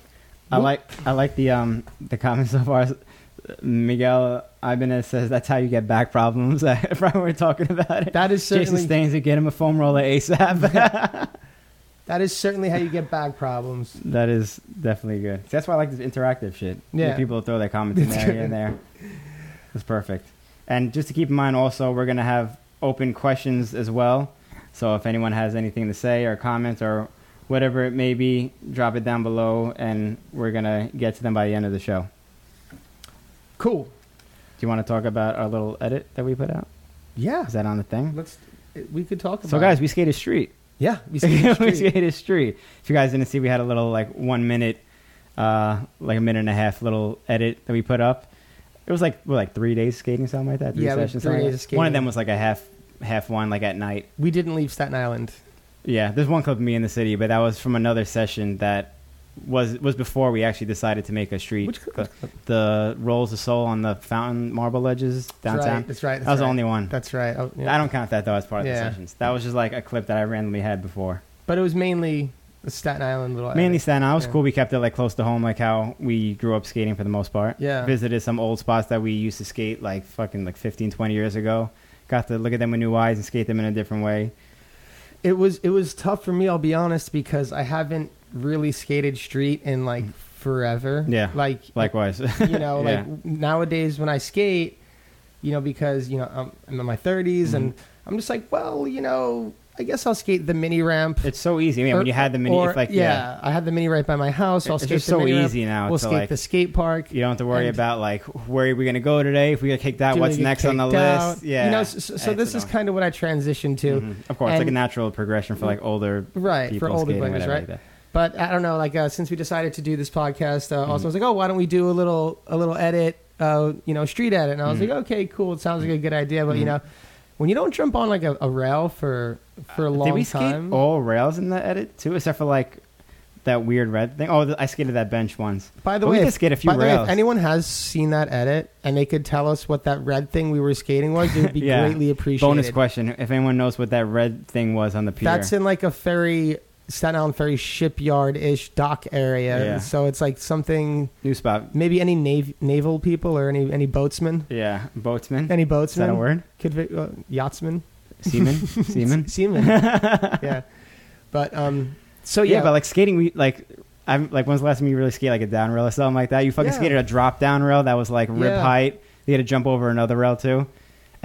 I Mo- like I like the um the comments so far. Miguel Ibanez says that's how you get back problems. (laughs) If I were talking about it, That is Jason certainly Staines would get him a foam roller (laughs) ASAP. that is certainly how you get back problems. that is definitely good. That's why I like this interactive shit. Yeah. Get people to throw their comments in there, here and there. It's perfect. And just to keep in mind, also we're gonna have open questions as well. So if anyone has anything to say or comment or whatever it may be, drop it down below, and we're gonna get to them by the end of the show. Cool. Do you want to talk about our little edit that we put out? Yeah. Is that on the thing? Let's we could talk about So, guys, we skated street. yeah, (laughs) we see the we street. skated street. If you guys didn't see, we had a little like one minute, uh, like a minute and a half little edit that we put up. It was like what, like three days skating, something like that. Three Yeah, we- sessions. three something like days of that. One skating. of them was like a half half one, like at night. we didn't leave Staten Island. Yeah, there's one clip of me in the city, but that was from another session that was was before we actually decided to make a street. Which the, the rolls of soul on the fountain marble ledges That's downtown. right. That's right. that was that's the right. only one. That's right. Oh, yeah. I don't count that though as part of Yeah. the sessions. That was just like a clip that I randomly had before. But it was mainly the Staten Island little. Mainly edit. Staten Island. It was Yeah. cool. We kept it like close to home, like how we grew up skating for the most part. Yeah. Visited some old spots that we used to skate like fucking like 15, 20 years ago. Got to look at them with new eyes and skate them in a different way. It was it was tough for me. I'll be honest because I haven't really skated street in like forever. Mm. Yeah. Like Likewise. (laughs) (laughs) you Yeah. know like nowadays when I skate, you know because you know I'm, I'm in my 30s and Mm-hmm. I'm just like well you know I guess I'll skate the mini ramp. it's so easy. I mean, Or- when you had the mini, or- if, like, yeah. yeah, I had the mini right by my house. So I'll It's skate just the so mini ramp. easy now We'll to, skate like- the skate park. You don't have to worry And- about like where are we going to go today? If we got to kick that, Do what's they get next on the kicked out? list? Yeah. You know, so, so- so It's this is annoying. kind of what I transitioned to. Mhm. Of course, like and- a natural progression for like older Right, for people older skating, players, whatever, right? like that. But I don't know, like uh, since we decided to do this podcast, Mm-hmm. uh, also I was like, oh, why don't we do a little a little edit, uh, you know, street edit? And I was Mhm. like, okay, cool, it sounds like a good idea, but you Mhm. know, when you don't jump on like a, a rail for for a long Uh, Did we skate Oh, time, all rails in the edit too, except for like that weird red thing? Oh, th- I skated that bench once. by But the oh, we way, did if- skate a few by the way, rails. if anyone has seen that edit and they could tell us what that red thing we were skating was, it would (laughs) be Yeah. greatly appreciated. Bonus question: If anyone knows what that red thing was on the pier, That's in like a ferry Staten Island Ferry shipyard ish dock area. Yeah. So it's like something New spot. maybe any nav- naval people or any any boatsmen, Yeah, boatsman. any Is that a boatsmen, word? could be, uh, (laughs) yachtsmen, Seaman. (laughs) Seaman. seamen. yeah, but um, so yeah, yeah, but like skating, we like. I'm like, when's the last time you really skate like a down rail or something like that? You fucking Yeah. skated a drop down rail that was like rib Yeah. height. You had to jump over another rail too.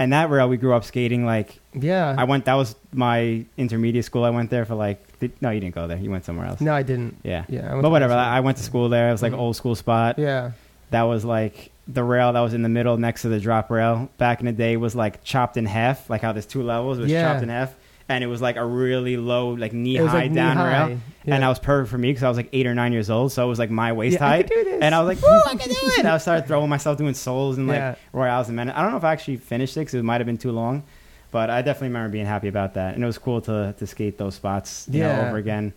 And that rail, we grew up skating like yeah. I went. That was my intermediate school. I went there for like. Th- no, you didn't go there. You went somewhere else. no, I didn't. Yeah. Yeah, I went But to whatever. Boston. I I went to school there. It was like Mhm. old school spot. Yeah, That was like the rail that was in the middle next to the drop rail. Back in the day, was like chopped in half. Like how there's two levels. It was Yeah. chopped in half, and it was like a really low, like knee It was, high like, down knee-high. rail. Yeah. And that was perfect for me because I was like eight or nine years old, so it was like my waist Yeah, I height. could do this. And I was like, (laughs) "Woo, I can do it!" And I started throwing myself doing soles and like Yeah. royales and men. I don't know if I actually finished it because it might have been too long, but I definitely remember being happy about that. And it was cool to to skate those spots, you know, Yeah. over again.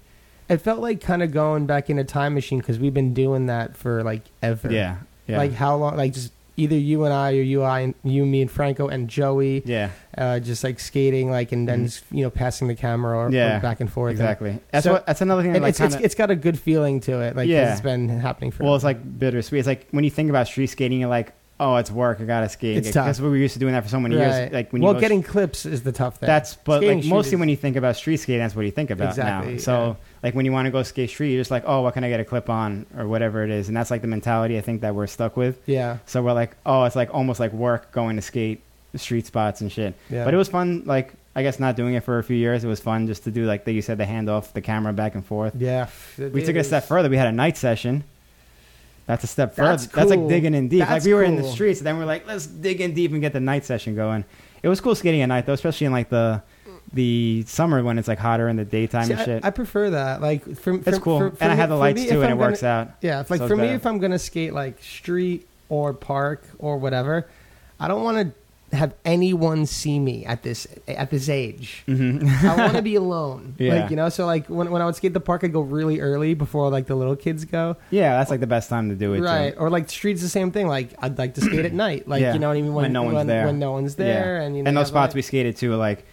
it felt like kind of going back in a time machine because we've been doing that for like ever. Yeah, yeah, Like how long? Like just either you and I or you, I, and you, me, and Franco and Joey, yeah, uh, just like skating, like and then Mhm. just, you know passing the camera or, or Yeah, back and forth. exactly. That's So- what. That's another thing. And, That, and like, it's, it's kinda- it's got a good feeling to it. Like 'cause Yeah. it's been happening for. Well, it's like bittersweet. It's like when you think about street skating, you're like, oh, it's work. I gotta skate. It's tough. That's what we were used to doing that for so many years. Like when you well, go- getting clips is the tough thing. That's but Skating like shoot mostly is- when you think about street skating, that's what you think about Exactly, now. So like when you want to go skate street, you're just like, oh, what can I get a clip on or whatever it is, and that's like the mentality I think that we're stuck with. yeah, So we're like, oh, it's like almost like work going to skate street spots and shit. yeah. But it was fun. Like I guess not doing it for a few years, it was fun just to do like that. You said the hand off the camera back and forth. yeah. We took it a step further. We had a night session. That's a step further. That's That's, like cool. digging in deep. like That's we were in the cool. streets, then we are like, let's dig in deep and get the night session going. It was cool skating at night though, especially in like the the summer when it's like hotter in the daytime See, and I- shit. I, prefer that. Like from, it's from- cool, for- for and I me- had the for lights me, too, if and it I'm works gonna- out. Yeah, if, like so it's for me, better. if I'm gonna skate like street or park or whatever, I don't want to have anyone see me at this at this age. hmm I want (laughs) to be alone. Yeah. Like you know, so like when when I would skate the park, I'd go really early before like the little kids go. yeah, that's like the best time to do it. too. Right. Or like streets the same thing. Like I'd like (clears throat) to skate at night. Like Yeah. you know what I mean? When no one's when, there. When no one's there. Yeah. And you know and those have, spots we like, skated to, like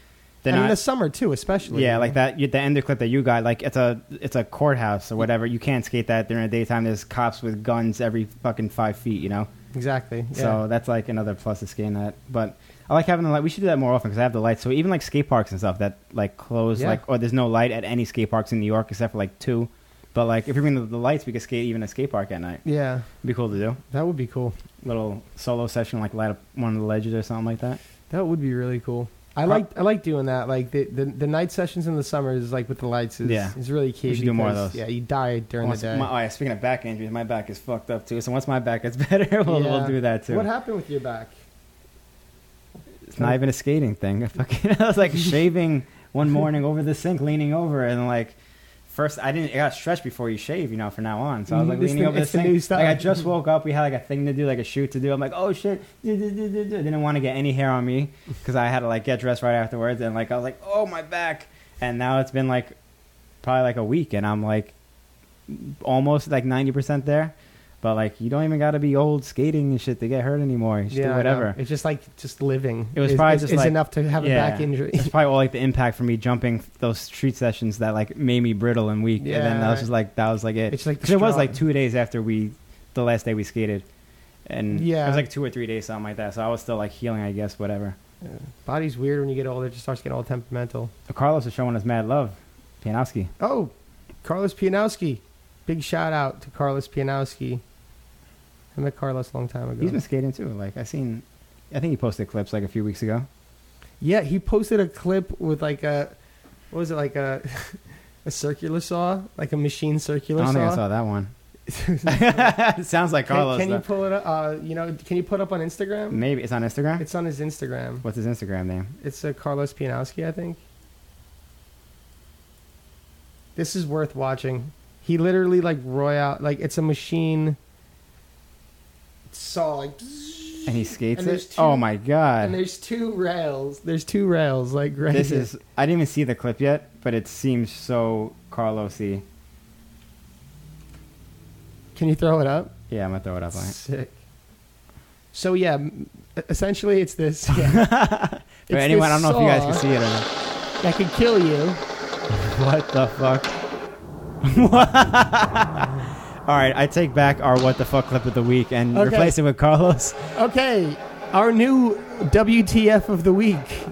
they're and in not. the summer too, especially. yeah, like that. you- The ender clip that you got, like it's a it's a courthouse or whatever. You can't skate that during the daytime. There's cops with guns every fucking five feet. You know. Exactly. Yeah. So that's like another plus to skating that. But I like having the light. We should do that more often because I have the light. So even like skate parks and stuff that like close, Yeah. like or there's no light at any skate parks in New York except for like two. But like if we bring the, the lights, we could skate even a skate park at night. yeah. Be cool to do. That would be cool. Little solo session, like light up one of the ledges or something like that. That would be really cool. I Prob- like I like doing that. Like the, the, the night sessions in the summer is like with the lights is, Yeah. is really key. We should do more of because, those. Yeah, you die during Once the day. my- oh yeah, speaking of back injuries, my back is fucked up too. So once my back gets (laughs) better, we'll, Yeah. we'll do that too. What happened with your back? It's not even a skating thing. (laughs) I fucking I was like shaving one morning over the sink, leaning over, and like first I didn't. I got stretched before you shave, you know, from now on. So I was like Mhm, it's leaning the- over the it's the sink. new style. Like I just woke up. We had like a thing to do, like a shoot to do. I'm like, oh shit, I didn't want to get any hair on me because I had to like get dressed right afterwards, and like I was like, oh my back, and now it's been like probably like a week, and I'm like almost like ninety percent there. But like you don't even got to be old skating and shit to get hurt anymore. You just I do know. whatever. It's just like just living. It was is, probably is- just, is like- enough to have Yeah. a back (laughs) injury. It's probably all like the impact from me jumping those street sessions that like made me brittle and weak. and then Yeah, that was right. just like that was like it. It's like the 'Cause it was straw. like two days after we, the last day we skated, and Yeah. it was like two or three days something like that. So I was still like healing, I guess, whatever. Body's weird when you get older. It just starts getting all temperamental. Carlos is showing us mad love, Pianowski. Oh, Carlos Pianowski. Big shout out to Carlos Pianowski. I met Carlos a long time ago. He's been skating too. Like I seen, I think he posted clips like a few weeks ago. Yeah, he posted a clip with like a what was it like a (laughs) a circular saw, like a machine circular I don't saw. think I saw that (laughs) one. (laughs) Sounds like Carlos. can, can you though. pull it up? Uh, you know, can you put up on Instagram? Maybe it's on Instagram. It's on his Instagram. What's his Instagram name? It's uh, Carlos Pianowski, I think. This is worth watching. He literally like roy out like it's a machine saw like And he skates And there's it. two- oh my god! and there's two rails. There's two rails like right. This here. is I didn't even see the clip yet, but it seems so Carlosy. Can you throw it up? Yeah, I'm gonna throw it up. Like. Sick. So yeah, m- essentially (laughs) it's this. Yeah, For anyone, I don't know if you guys can see it or not. that could kill you. What the fuck? (laughs) All right, I take back our what the fuck clip of the week and Okay. replace it with Carlos. Okay, our new WTF of the week.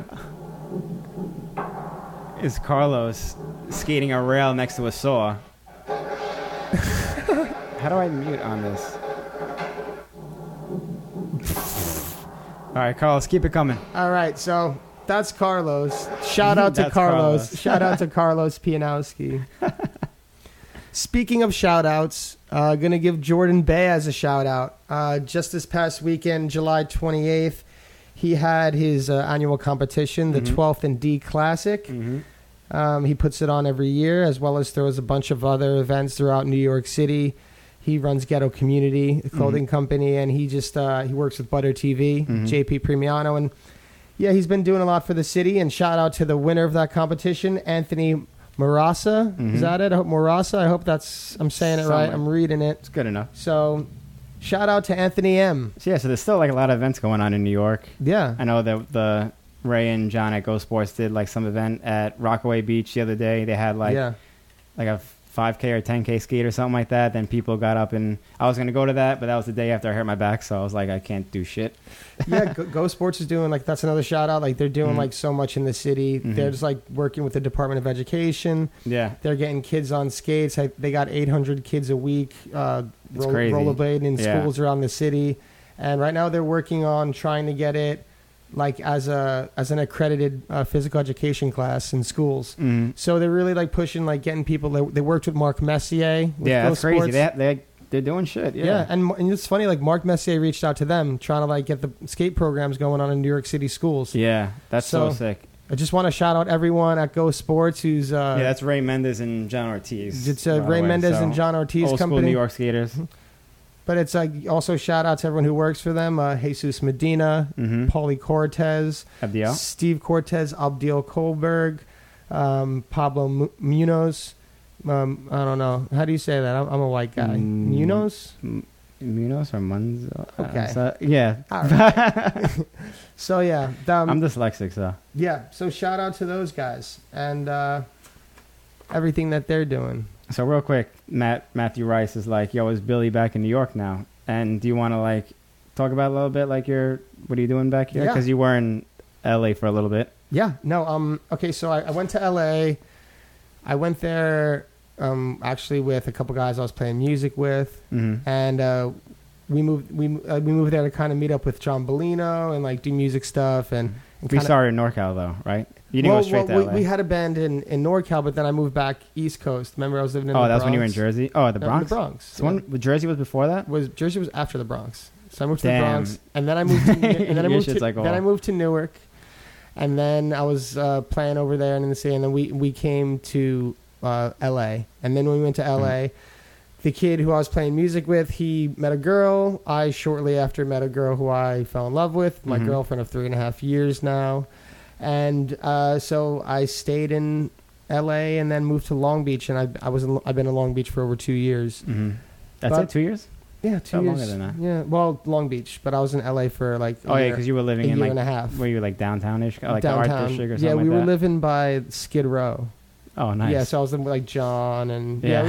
Is Carlos skating a rail next to a saw? How do I mute on this? All right, Carlos, keep it coming. All right, so that's Carlos. Shout out (laughs) to That's Carlos. Carlos. shout (laughs) out to Carlos Pianowski. Speaking of shout outs, uh, going to give Jordan Baez a shout out. Uh, just this past weekend, July 28th, he had his uh, annual competition, Mm-hmm. the 12th and D Classic. Um, he puts it on every year, as well as throws a bunch of other events throughout New York City. He runs Ghetto Community, Mm-hmm. a clothing company, and he just uh, he works with Butter TV, Mm-hmm. JP Premiano, and yeah, he's been doing a lot for the city. And shout out to the winner of that competition, Anthony Marasa. Is that it? I hope Marasa. I hope that's I'm saying it right. Mm-hmm. Somewhere. I'm reading it. It's good enough. So, shout out to Anthony M. So yeah, so there's still like a lot of events going on in New York. Yeah, I know that the Ray and John at Go Sports did like some event at Rockaway Beach the other day. They had like yeah, like a 5K or 10K skate or something like that. Then people got up and I was gonna go to that, but that was the day after I hurt my back, so I was like, I can't do shit. yeah. Go, Go Sports is doing like that's another shout out. Like they're doing Mm-hmm. like so much in the city. They're just like working with the Department of Education. Yeah, They're getting kids on skates. I, they got 800 kids a week uh, It's roll, crazy. rollerblading in Yeah. schools around the city, and right now they're working on trying to get it like as a as an accredited uh, physical education class in schools. Mhm. So they're really like pushing like getting people. They, they worked with Mark Messier. With yeah, Go that's crazy. Sports. They they they're doing shit. Yeah, yeah, And, and it's funny. Like Mark Messier reached out to them trying to like get the skate programs going on in New York City schools. Yeah, that's so, So- sick. I just want to shout out everyone at Go Sports who's uh, yeah, that's Ray Mendez and John Ortiz. it's uh, by the Ray way, Mendez so and John Ortiz old company. school New York skaters. But it's like also shout out to everyone who works for them: uh, Jesus Medina, Mm-hmm. Paulie Cortez, Abdiel. Steve Cortez, Abdiel Kohlberg, um, Pablo Mu- Munoz. Um, I don't know how do you say that. I'm, I'm a white guy. Mm. (laughs) Munoz. Munoz or Munzo? Uh, Okay. so- yeah. All right. (laughs) so yeah, um, I'm dyslexic, so. yeah. So shout out to those guys and uh, everything that they're doing. So real quick, Matt Matthew Rice is like, "Yo, is Billy back in New York now?" And do you want to like talk about a little bit, like your what are you doing back here? Yeah. Because you were in L.A. for a little bit. Yeah, no. Um. Okay, so I, I went to LA. I went there um, actually with a couple guys I was playing music with, Mm-hmm. and uh, we moved we uh, we moved there to kind of meet up with John Bellino and like do music stuff and. and Mm-hmm. We kinda- started in NorCal though, right? You didn't well, go straight well, to we, L.A. we had a band in, in NorCal, but then I moved back East Coast. Remember, I was living in oh, the that was when you were in Bronx? Jersey. Oh, the No, Bronx. The Bronx. So one, Jersey was before that. was Jersey was after the Bronx. So I moved to the Damn. Bronx, and then I moved, (laughs) to, and then I Your moved to shit's like then all- I moved to Newark, and then I was uh, playing over there and in the city, and then we we came to uh, L.A. and then when we went to Mm. L.A. The kid who I was playing music with, he met a girl. I shortly after met a girl who I fell in love with, my Mhm. girlfriend of three and a half years now, and uh, so I stayed in L.A. and then moved to Long Beach, and I, I was in, I've been in Long Beach for over two years. Mm-hmm. That's But- it. Two years. Yeah, two Not years. longer than that. Yeah, well, Long Beach, but I was in LA for like a Oh yeah, year, because you were a living year in like and a half. were you like downtownish, like the art district or something yeah, we like were that? living by Skid Row. oh nice. (laughs) Yeah, so I was living with like John and yeah. yeah.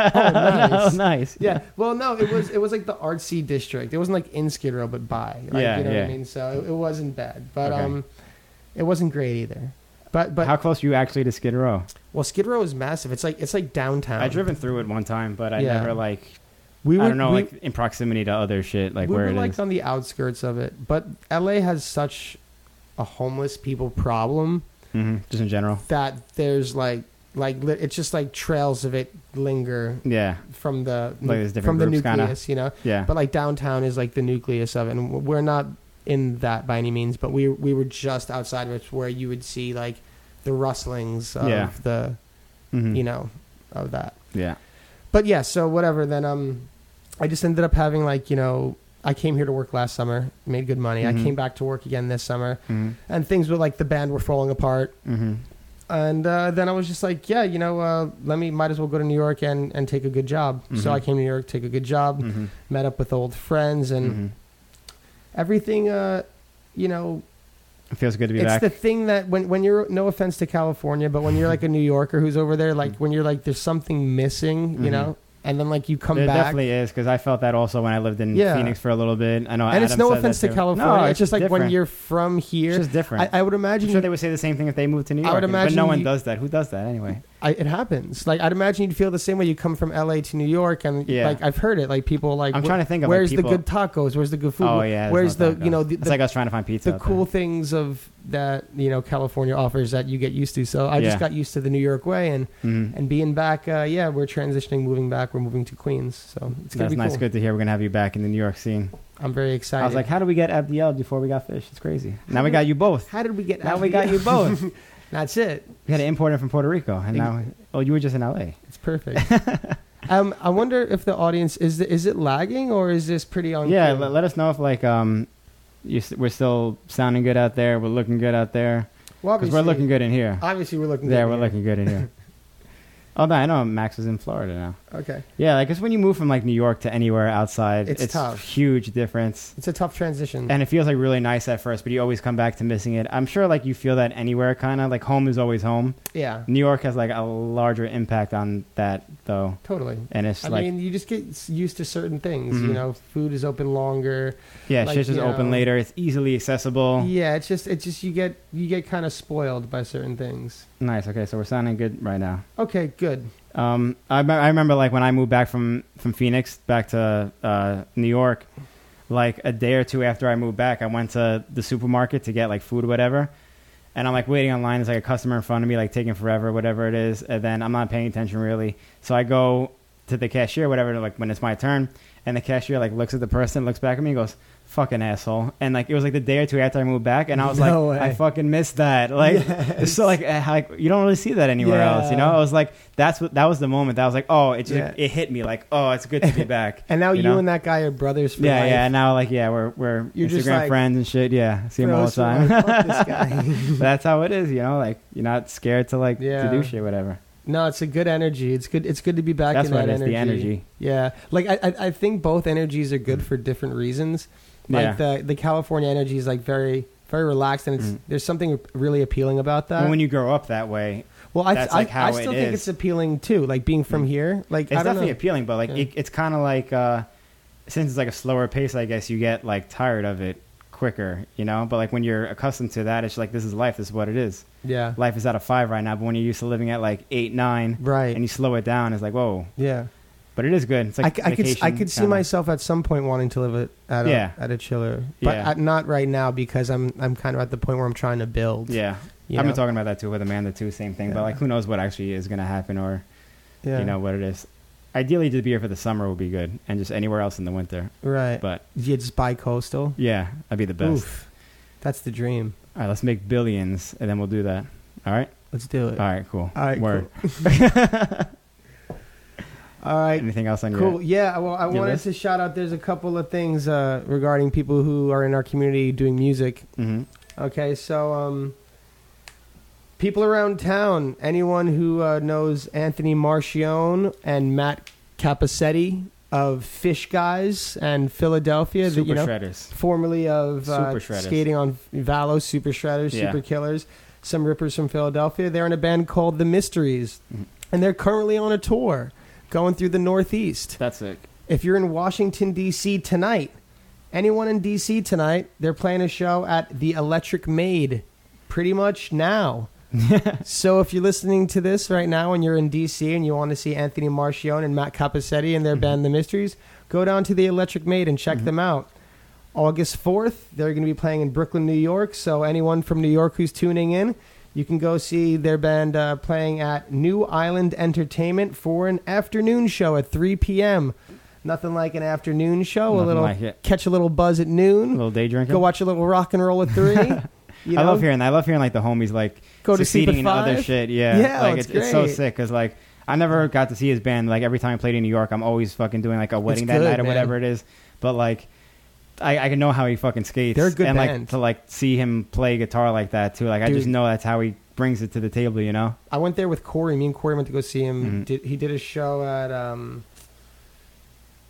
(laughs) Oh, nice. nice. yeah. Well, no, it was it was like the artsy district. It wasn't like in Skid Row, but by. Like, Yeah, you know yeah. what I mean. So it, it wasn't bad, but Okay. um, it wasn't great either. But but How close were you actually to Skid Row? well, Skid Row is massive. It's like it's like downtown. I driven through it one time, but I Um, Yeah. never like We I would- don't know, we- like in proximity to other shit, like we where were it is. like on the outskirts of it, but LA has such a homeless people problem. hmm Just in general. that there's like like li- it's just like trails of it linger Yeah, from the Like there's different from the groups, kinda. nucleus, you know. yeah. But like downtown is like the nucleus of it, and w- we're not in that by any means. But we we were just outside of it, where you would see like the rustlings of Yeah. the Mhm. you know of that. Yeah. But yeah, so whatever. Then um, I just ended up having like you know I came here to work last summer, made good money. I Mhm. came back to work again this summer, hmm and things were like the band were falling apart. hmm and uh, then I was just like, yeah, you know, uh, let me might as well go to New York and, and take a good job. So Mhm. I came to New York, take a good job, hmm Mm-hmm. met up with old friends, and hmm everything, uh, you know, It feels good to be it's back. the thing that when, when you're no offense to California, but when you're like a New Yorker who's over there, like Mm-hmm. when you're like there's something missing, you Mhm. know, and then like you come there back. definitely is because I felt that also when I lived in Yeah. Phoenix for a little bit. I know, and it's Adam no said offense that to too. California. No, it's just like when different. you're from It's here. just different. I, I would imagine I'm sure they would say the same thing if they moved to New York. I would but imagine no one you- does that. Who does that anyway? I, it happens. Like I'd imagine you'd feel the same way. You come from LA to New York, and Yeah. like I've heard it. Like people like I'm wh- trying to think of, like, where's people- the good tacos? Where's the good food? oh yeah. there's Where's no the you know tacos. the, it's the, like us trying to find pizza. the out there. cool things of that you know California offers that you get used to. So I Yeah. just got used to the New York way and Mhm. and being back. Uh, yeah, we're transitioning, moving back. We're moving to Queens, so it's gonna That's be nice. cool. Good to hear. We're gonna have you back in the New York scene. I'm very excited. I was like, how do we get Abdiel before we got Fish? It's crazy. Now we got you both. how did we get? Now out we of here? got you both. (laughs) (laughs) That's it. We had to import him from Puerto Rico, and now oh, you were just in L.A. It's (laughs) perfect. um, I wonder if the audience is the, is it lagging or is this pretty on? Yeah, cue? let, let us know if like um, you, s- we're still sounding good out there. We're looking good out there Well, because we're obviously- looking good in here. Obviously, we're looking. Yeah, good we're here. looking good in (laughs) here. oh no, I know Max is in Florida now. Okay, Yeah, like it's when you move from like New York to anywhere outside, It's tough. Mm. huge difference. it's a tough transition. And it feels like really nice at first, but you always come back to missing it. I'm sure like you feel that anywhere kind of like home is always home. yeah, New York has like a larger impact on that though, totally. and it's I like mean, you just get s- used to certain things. Mhm. You know, food is open longer. yeah, like, shit's just you open know- later. It's easily accessible. Yeah, it's just it's just you get you get kind of spoiled by certain things. Nice. Okay, so we're sounding good right now. Okay, good. Um, I, me- I remember like when I moved back from, from Phoenix back to uh, New York, like a day or two after I moved back, I went to the supermarket to get like food or whatever. And I'm like waiting online. There's like a customer in front of me, like taking forever, whatever it is. And then I'm not paying attention really. So I go to the cashier, whatever, like when it's my turn. And the cashier like looks at the person, looks back at me, and goes, fucking asshole. And like it was like the day or two after I moved back. And I was (laughs) No like, way. I fucking missed that. (laughs) Like, so like, eh, like you don't really see that anywhere else, you know? Yeah. I was like, that's what that was the moment. That I was like, oh, it just Yeah. it hit me like, oh, it's good to (laughs) be back. And now You you, know? and that guy are brothers for yeah, life. yeah. And now like, yeah, we're we're You're Instagram just like, friends and shit. Yeah, see him all the Bros for time. life. Fuck this guy. (laughs) But that's how it is, you know. Like you're not scared to like to Yeah. do shit, whatever. No, it's a good energy. It's good. It's good to be back that's in what that it is. energy. The energy. Yeah, like I, I, I think both energies are good for different reasons. Like yeah. the the California energy is like very very relaxed, and it's Mm. there's something really appealing about that. And when you grow up that way, well, I, that's, I, like, how I it still think is. it's appealing too. Like being from Mm. here, like it's I don't definitely know. appealing. But like Yeah. it, it's kind of like uh, since it's like a slower pace, I guess you get like tired of it quicker, you know. But like when you're accustomed to that, it's like this is life. This is what it is. yeah, Life is at a five right now. But when you're used to living at like eight, nine, right. and you slow it down, it's like whoa. yeah, But it is good. It's I like c- I, could s- I vacation, could see kinda. myself at some point wanting to live at at, Yeah. a, at a chiller, but Yeah. I- not right now because I'm I'm kind of at the point where I'm trying to build. Yeah, you I've know? been talking about that too with Amanda too. Same thing, but Yeah. like who knows what actually is going to happen or yeah. you know what it is. Ideally, to be here for the summer would be good, and just anywhere else in the winter. right. But yeah, just bi-coastal. yeah, that'd be the best. Oof, that's the dream. All right, let's make billions, and then we'll do that. All right. Let's do it. All right. Cool. All right, Word. (laughs) (laughs) All right. Anything else on your? Cool. Yeah. Well, I Your wanted list? to shout out. There's a couple of things uh, regarding people who are in our community doing music. hmm Okay. So, um, people around town, anyone who uh, knows Anthony Marcione and Matt Capacetti of Fish Guys and Philadelphia, that, Super you know, shredders. formerly of uh, Super Shredders. skating on Valo, Super Shredders, Yeah. Super Killers, some rippers from Philadelphia. They're in a band called The Mysteries, Mhm. and they're currently on a tour going through the Northeast. That's it. If you're in Washington, D.C. tonight, anyone in D.C. tonight, they're playing a show at the Electric Maid pretty (laughs) much now. so if you're listening to this right now and you're in D.C. and you want to see Anthony Marcione and Matt Capacetti Mm-hmm. and their band The Mysteries, go down to the Electric Maid and check them out. August 4th, they're going to be playing in Brooklyn, New York. So anyone from New York who's tuning in, you can go see their band uh, playing at New Island Entertainment for an afternoon show at 3 p.m. Nothing like an afternoon show. Nothing a little like it. catch a little buzz at A noon. little day drinking. Go watch a little rock and roll (laughs) at three. You Oh, I know? love hearing that. I love hearing like the homies like Go to sleep succeeding at in other five? shit. Yeah, Yeah, like it's so great. sick because like I never got to see his band. Like every time I played in New York, I'm always fucking doing like a wedding that good, night or man. whatever it is. But like. I, I can know how he fucking skates. They're a good and like band. to like see him play guitar like that too. Like I just Dude. know that's how he brings it to the table. You know, I went Mm-hmm. there with Corey. Me and Corey went to go see him. Mhm. Did, he did a show at um,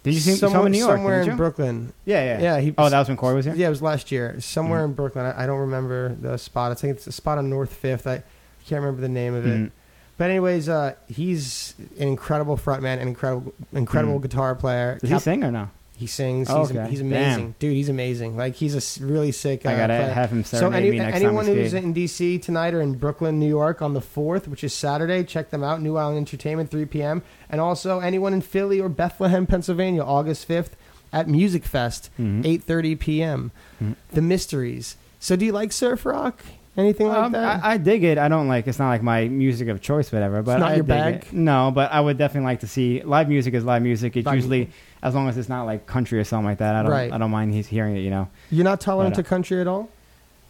Did you see somewhere, some in New York? Somewhere didn't in you? Brooklyn. yeah, yeah, Yeah, he- oh, that was Mm-hmm. when Corey was here. Yeah, it was last year. Somewhere in Brooklyn. I, I don't remember the spot. I think it's a spot on North Fifth. I can't remember the name of it. Mhm. But anyways, uh, he's an incredible frontman, an incredible, incredible Mhm. guitar player. Does he Cap- sing or no? he sings. Oh, he's, okay. he's Damn. amazing, dude. He's amazing. Like he's a s- really sick. Uh, I gotta player. have him serenade So any, me next anyone time we who's skate. in DC tonight or in Brooklyn, New York on the 4th, which is Saturday, check them out. New Island Entertainment, 3 p.m. And also anyone in Philly or Bethlehem, Pennsylvania, August 5th at Music Fest, Mhm. 8.30 p.m. Mhm. The Mysteries. So do you like surf rock? Anything like Um, that? I, I dig it. I don't like. It's not like my music of choice, whatever. But It's not I your dig bag? It. No, but I would definitely like to see live music is live music. It's Live usually music. as long as it's not like country or something like that. I don't. Right. I don't mind he's hearing it. You know. You're not tolerant Right to country at all?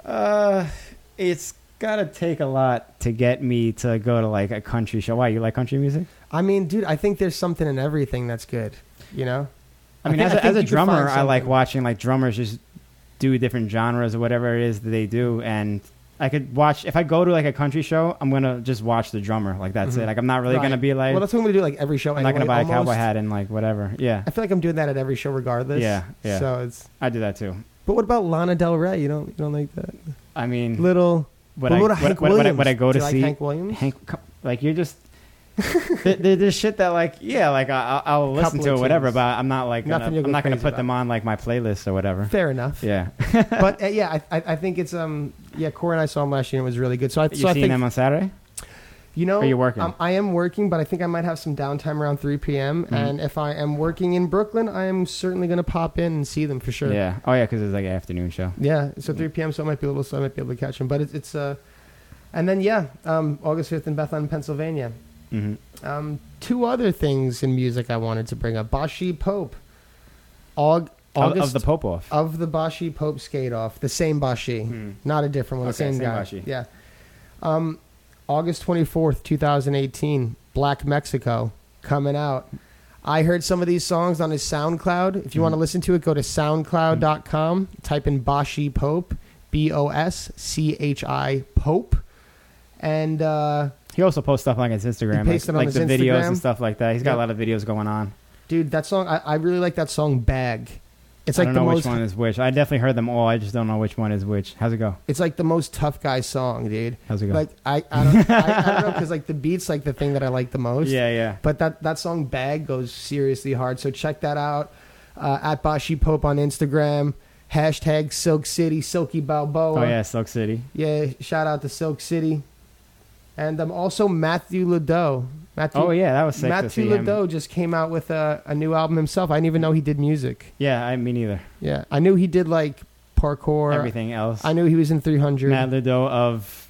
Uh, it's gotta take a lot to get me to go to like a country show. Why you like country music? I mean, dude, I think there's something in everything that's good, you know? I mean, thi- as, a, think as a you could find drummer, I like something. watching like drummers just do different genres or whatever it is that they do, and I could watch if I go to like a country show, I'm gonna just watch the drummer. Like that's Mhm. it. Like I'm not really Right. gonna be like Well, that's what I'm going to do like every show. I'm not gonna anyway, buy a almost. cowboy hat and like whatever. Yeah, I feel like I'm doing that at every show regardless. Yeah, yeah. So it's. I do that too. But what about Lana Del Rey? You don't you don't like that I mean, little. what but I what about what, what- Hank what I, Williams? what I go to Do you like see Hank Williams. Hank, co- like you're (laughs) just there, there- there's shit that like yeah, like I, I'll I'll listen Couple to of it, whatever. tunes. But I'm not like gonna, Nothing you'll I'm go not gonna crazy put them on like my playlist or whatever. (laughs) Fair enough. Yeah, But uh, yeah, I, I I think it's um yeah. Corey and I saw him last year. and It was really good. So I you so I seeing think them on Saturday? you know are you working? Um, I am working, but I think I might have some downtime around 3 p.m. Mhm. And if I am working in Brooklyn, I am certainly going to pop in and see them for sure. Yeah. Oh yeah, because it's like an afternoon show. Yeah, so 3 p.m. So I might be able to, so I might be able to catch them. But it's it's uh, and then yeah, um, August 5th in Bethlehem, Pennsylvania. hmm Um, two other things in music I wanted to bring up. Bashi Pope. Aug- Of, August Oh. of the Pope off. of the Bashi Pope skate off, the same Bashi, Hmm. not a different one, the Okay, same, same guy. Bashi. Yeah. Um, August 24th, 2018, Black Mexico coming out. I heard some of these songs on his SoundCloud. If you want to Mhm. listen to it, go to Hmm. soundcloud.com, type in Bashi Pope, B O S C H I Pope. And uh, He also posts stuff like on his Instagram, like, pasted on like his the videos Instagram. and stuff like that. He's got Yeah. a lot of videos going on. dude, that song, I, I really like that song Bag. It's I like don't the know most which one is which. I definitely heard them all. I just don't know which one is which. How's it go? it's like the most tough guy song, dude. How's it go? Like I, I don't, I, I don't know because like the beat's like the thing that I like the most. yeah, yeah. But that that song "Bag" goes seriously hard. So check that out uh, at Bashi Pope on Instagram. Hashtag Silk City Silky Balboa. Oh yeah, Silk City. Yeah, Shout out to Silk City, and um, also Matthew Ladeau. Matthew, Oh yeah, that was sick to see Matthew him. Ladeau just came out with a, a new album himself. I didn't even know he did music. Yeah, I me neither. Yeah, I knew he did like parkour. Everything else. I knew he was in 300. Matt Lido of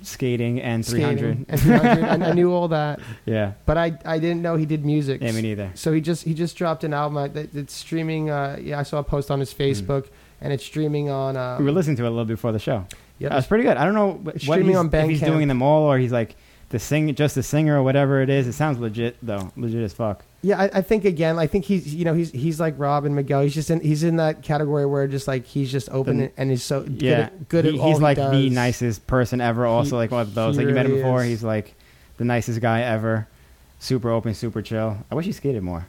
skating and three skating hundred. and 300. I, I knew all that, Yeah. but I I didn't know he did music. Yeah, me neither. so he just he just dropped an album I- that it's streaming. Uh, yeah, I saw a post on his Hmm. Facebook, and it's streaming on. Uh, We were listening to it a little before the show. yep. That was pretty good. I don't know what what Streaming he's, on if he's Bandcamp. doing them all or he's like the sing just the singer or whatever it is. It sounds legit though, legit as fuck. yeah, I, I think again, I think he's you know he's he's like Rob and Miguel. He's just in he's in that category where just like he's just open The- and, and he's so good yeah, at, good He- at all he's like he the does. nicest person ever. Also, like one of those. he Like you met him really before. is. He's like the nicest guy ever. Super open, super chill. I wish he skated more.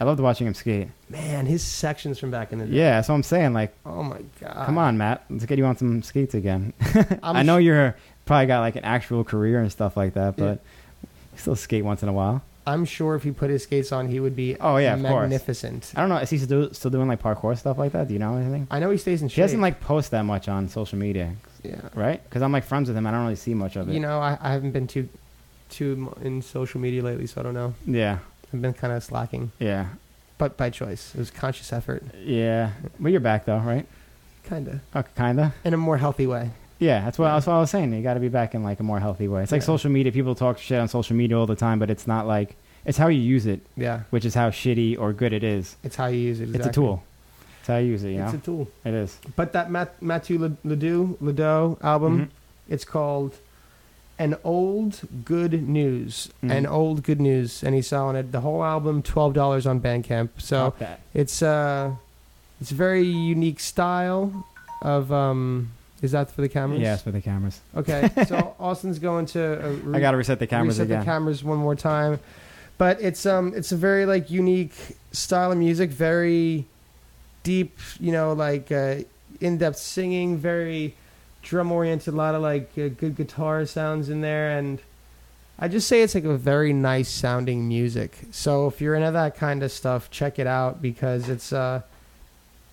I loved watching him skate. man. His sections from back in the day. Yeah, that's what I'm saying. Like, Oh my god. come on, Matt, let's get you on some skates again. (laughs) (laughs) I'm i know you're probably got like an actual career and stuff like that, Yeah. but you still skate once in a while. I'm sure if he put his skates on, he would be. Oh, yeah, of course. magnificent. I don't know. Is he still, still doing like parkour stuff like that? Do you know anything? I know he stays in shape. She doesn't like post that much on social media, Yeah. right? Because I'm like friends with him. I don't really see much of it. You know, I, I haven't been too too m- in social media lately, so I don't know. yeah, I've been kind of slacking, yeah, but by choice. It was conscious effort, yeah. But you're back though, right? kind of, Okay, kinda. in a more healthy way. Yeah, that's what, Yeah. that's what I was saying. You got to be back in like a more healthy way. It's like Yeah. social media. People talk shit on social media all the time, but it's not like it's how you use it, Yeah, which is how shitty or good it is. it's how you use it. It's a exactly. tool. It's how you use it. You know, It's a tool. it is. But that Mat- Matthew Le- Ledoux Ledoux album, Mhm. it's called "An Old Good News." Mhm. An old good news, and he's selling it the whole album, twelve dollars on Bandcamp. So Fuck that. it's uh, it's a very unique style of um. Is that for the cameras? Yeah, it's for the cameras. (laughs) Okay, so Austin's going to. Uh, re- I got to reset the cameras reset again. the cameras one more time, but it's um it's a very like unique style of music, very deep, you know, like uh, in depth singing, very drum oriented, a lot of like uh, good guitar sounds in there. And I just say it's like a very nice sounding music. So if you're into that kind of stuff, check it out because it's. Uh,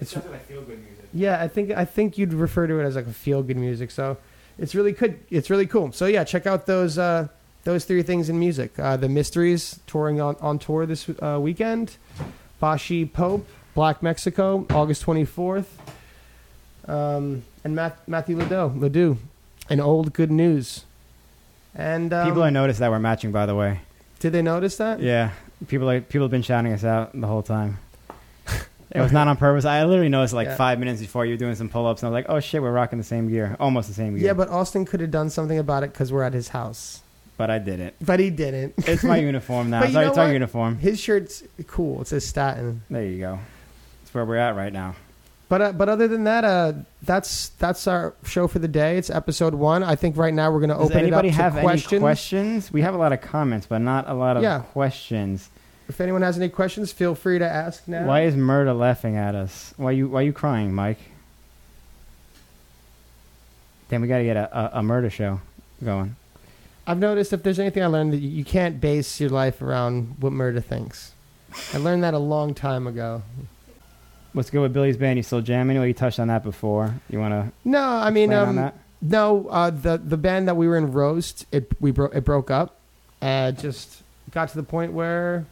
it's like feel good music. yeah, I think I think you'd refer to it as like a feel good music. So it's really good. It's really cool. So yeah, check out those uh, those three things in music. Uh, the Mysteries touring on on tour this uh, weekend. Bashi Pope, Black Mexico, August twenty fourth. Um, and Math- Matthew Ledoux, Ledoux, and Old Good News. And um, People I noticed that we're matching, by the way. did they notice that? Yeah, people like people have been shouting us out the whole (laughs) time. It was not on purpose. I literally noticed like Yeah. five minutes before you were doing some pull-ups, and I was like, "Oh shit, we're rocking the same gear, almost the same gear." Yeah, but Austin could have done something about it because we're at his house, but I did (laughs) it. but he didn't. It's my uniform now. But It's you our, know it's our what? uniform. His shirt's cool. It says Staten. There you go. It's where we're at right now. But uh, but other than that, uh, that's that's our show for the day. It's episode one. I think right now we're going to Does open it up anybody to have questions. any questions? We have a lot of comments, but not a lot of Yeah. questions. If anyone has any questions, feel free to ask now. Why is Murda laughing at us? Why you Why you crying, Mike? Then we got to get a, a, a Murda show going. I've noticed if there's anything I learned that you you can't base your life around what Murda thinks. I learned that a long time ago. What's good with Billy's band? You still jamming? Well, you touched on that before. You want to No, I mean, plan on um, that? No, uh, the the band that we were in, Roast, it we bro- it broke up. Uh, just got to the point where,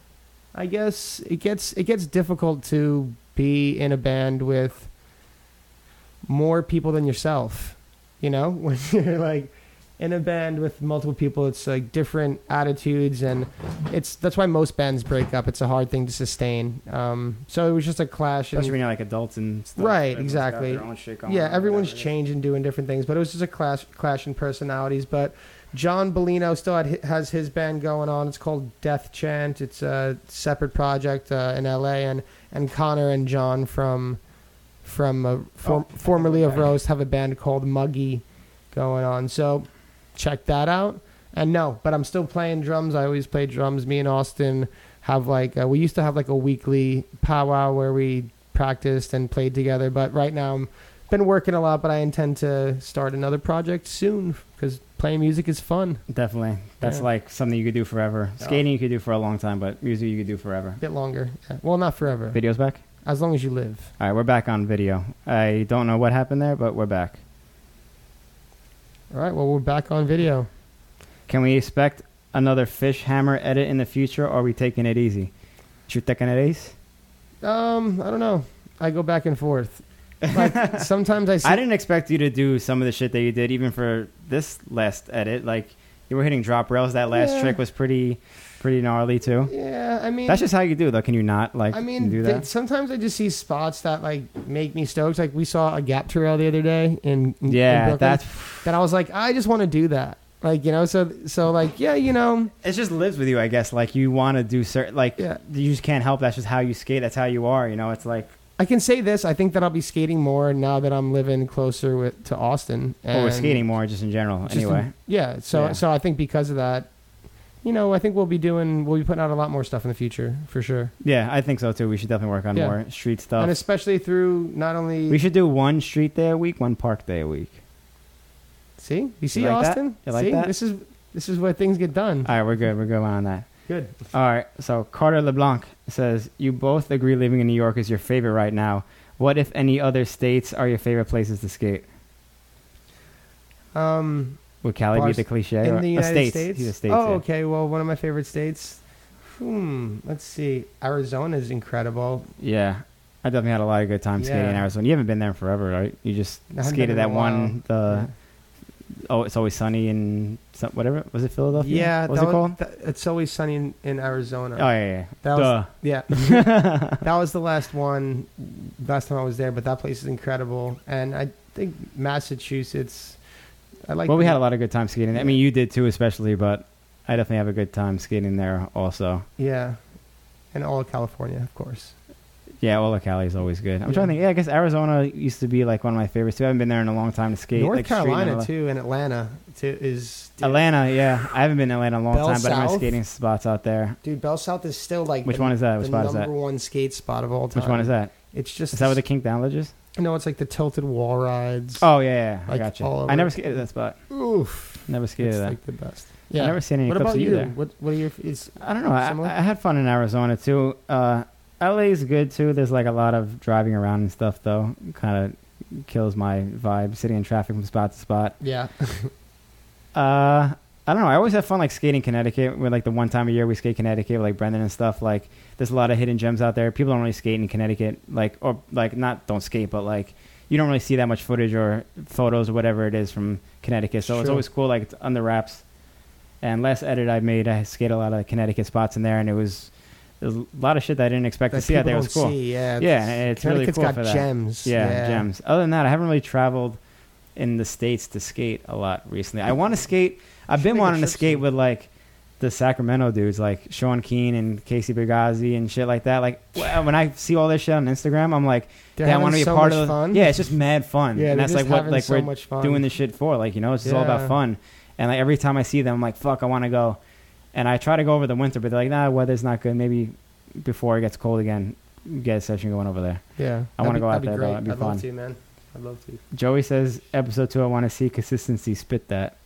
I guess it gets it gets difficult to be in a band with more people than yourself. You know, (laughs) when you're like in a band with multiple people, it's like different attitudes, and it's that's why most bands break up. It's a hard thing to sustain. Um, so it was just a clash. and- Especially when you're like adults and stuff. Right, Everyone's got exactly. their own shit going yeah, on, everyone's whatever it is. changing, doing different things, but it was just a clash, clash in personalities. But John Bellino still had, has his band going on. It's called Death Chant. It's a separate project uh, in LA, and and Connor and John from from uh, for, Oh, formerly of okay. Roast have a band called Muggy going on. So check that out. And no, but I'm still playing drums. I always play drums. Me and Austin have like uh, we used to have like a weekly powwow where we practiced and played together. But right now I'm been working a lot, but I intend to start another project soon because playing music is fun. Definitely. That's Yeah. like something you could do forever. Yeah. Skating you could do for a long time, but music you could do forever. A bit longer, Yeah. well, not forever, Video's back? as long as you live. All right, we're back on video. I don't know what happened there, but we're back. All right. Well, we're back on video. Can we expect another fish hammer edit in the future, or are we taking it easy? You taking it easy? Um, I don't know. I go back and forth. Like sometimes I see. I didn't expect you to do some of the shit that you did, even for this last edit. Like you were hitting drop rails. That last Yeah. trick was pretty, pretty gnarly too. yeah, I mean, That's just how you do, though. Can you not like I mean, do th- that? sometimes I just see spots that like make me stoked. Like we saw a gap trail the other day in in yeah, Brooklyn that's that I was like, I just want to do that. Like you know, so so like yeah, you know, it. Just lives with you, I guess. Like you want to do certain, like Yeah. you just can't help. That's just how you skate. That's how you are. You know, it's like I can say this. I think that I'll be skating more now that I'm living closer with to Austin. or oh, we're and skating more, just in general. just in- anyway, yeah. So Yeah. so I think because of that, you know, I think we'll be doing we'll be putting out a lot more stuff in the future for sure, yeah, I think so too. We should definitely work on Yeah. more street and stuff. especially through not only We should do one street day a week, one park day a week. see you see like that? Austin. You like see that? this is this is where things get done. All right, we're good. We're good on that. Mm-hmm. Good. All right. So Carter LeBlanc says you both agree living in New York is your favorite right now. What if any other states are your favorite places to skate? Um, Would Cali Bars- be the cliche? in or- the uh, United states. States. He's a states. oh, yeah. okay. Well, one of my favorite states. Hmm. Let's see. Arizona's incredible. Yeah. I definitely had a lot of good time skating in Yeah. Arizona. You haven't been there forever, right? You just I haven't been skated in that a one. The oh, it's always sunny in some, whatever was it Philadelphia? yeah. What was that it called? that- it's always sunny in, in Arizona. oh yeah, yeah. That was yeah. (laughs) Yeah. that was the last one, last time I was there, but that place is incredible. And I think Massachusetts, I Duh. like. Well, we had a lot of good time skating. I mean, you did too, especially, but I definitely have a good time skating there also. Yeah. And all of California, of course. Yeah, Ola Cali is always good. I'm Yeah. trying to think. Yeah, I guess Arizona used to be like one of my favorites too. I haven't been there in a long time to skate. North like, street and all Carolina that. too, and Atlanta too is dude, Atlanta, yeah. I haven't been to Atlanta in a long Bell time, but I know South? skating spots out there. Dude, Bell South is still like Which the, one is that? Which the spot number is that? one skate spot of all time. Which one is that? It's just Is that where the Kink Down Ledge is? no, it's like the tilted wall rides. Oh yeah, yeah. I Like, got you. all over- I never skated that spot. Oof, Never skated it's that. like the best. I Yeah. never seen any what clips about of you, you? there. What What are your? It's I don't know. I, Similar? I had fun in Arizona too. Uh, LA's good too. There's like a lot of driving around and stuff though. Kind of kills my vibe. Sitting in traffic from spot to spot. yeah. Uh, I don't know. I always have fun like skating Connecticut. With like the one time a year we skate Connecticut, with, like Brendan and stuff. Like there's a lot of hidden gems out there. People don't really skate in Connecticut. Like or like not don't skate, but like you don't really see that much footage or photos or whatever it is from Connecticut. So it's Sure. always cool. Like it's under wraps. And last edit I made, I skated a lot of Connecticut spots in there, and it was there's a lot of shit that I didn't expect to see out there. It was cool. See, yeah, Yeah, and it's really Connecticut's cool got for that. gems. Yeah, gems. Other than that, I haven't really traveled in the states to skate a lot recently. I want to skate. I've Should been make a wanting to trip skate soon. with like the Sacramento dudes, like Sean Keane and Casey Bigazzi and shit like that. Like wh- when I see all this shit on Instagram, I'm like, "Damn, They're I having want to be so a part much of. the-" fun. Yeah, it's just mad fun. yeah. and they're that's just like what having like so we're much fun. doing this shit for. Like, you know, it's just all Yeah. about fun. And like every time I see them, I'm like, fuck, I want to go. And I try to go over the winter, but they're like, nah, weather's not good. Maybe before it gets cold again, get a session going over there. Yeah, I wanna That'd be- go out that'd be there, though. great. That'd be I'd fun. love to, man. I'd love to. Joey says, episode two, I want to see consistency. Spit that.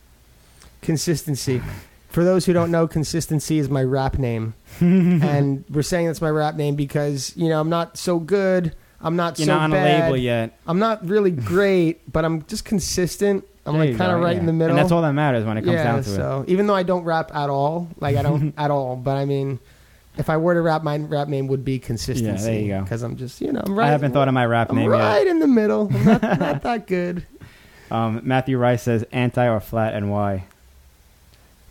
Consistency. (laughs) For those who don't know, consistency is my (laughs) rap name, and we're saying that's my rap name because you know I'm not so good. I'm not You're so not on bad. a label yet. I'm not (laughs) really great, but I'm just consistent. I'm There like you kind of go, right yeah. in the middle. And that's all that matters when it comes yeah, down to so even though I don't rap at all, like (laughs) I don't at all, but I mean, if I were to rap, my rap name would be consistency. go. Because I'm just you know I'm it. right. I haven't thought of my rap I'm name right in the middle. (laughs) I'm not, not that good. yet. Um, Matthew Rice says, anti or flat and why?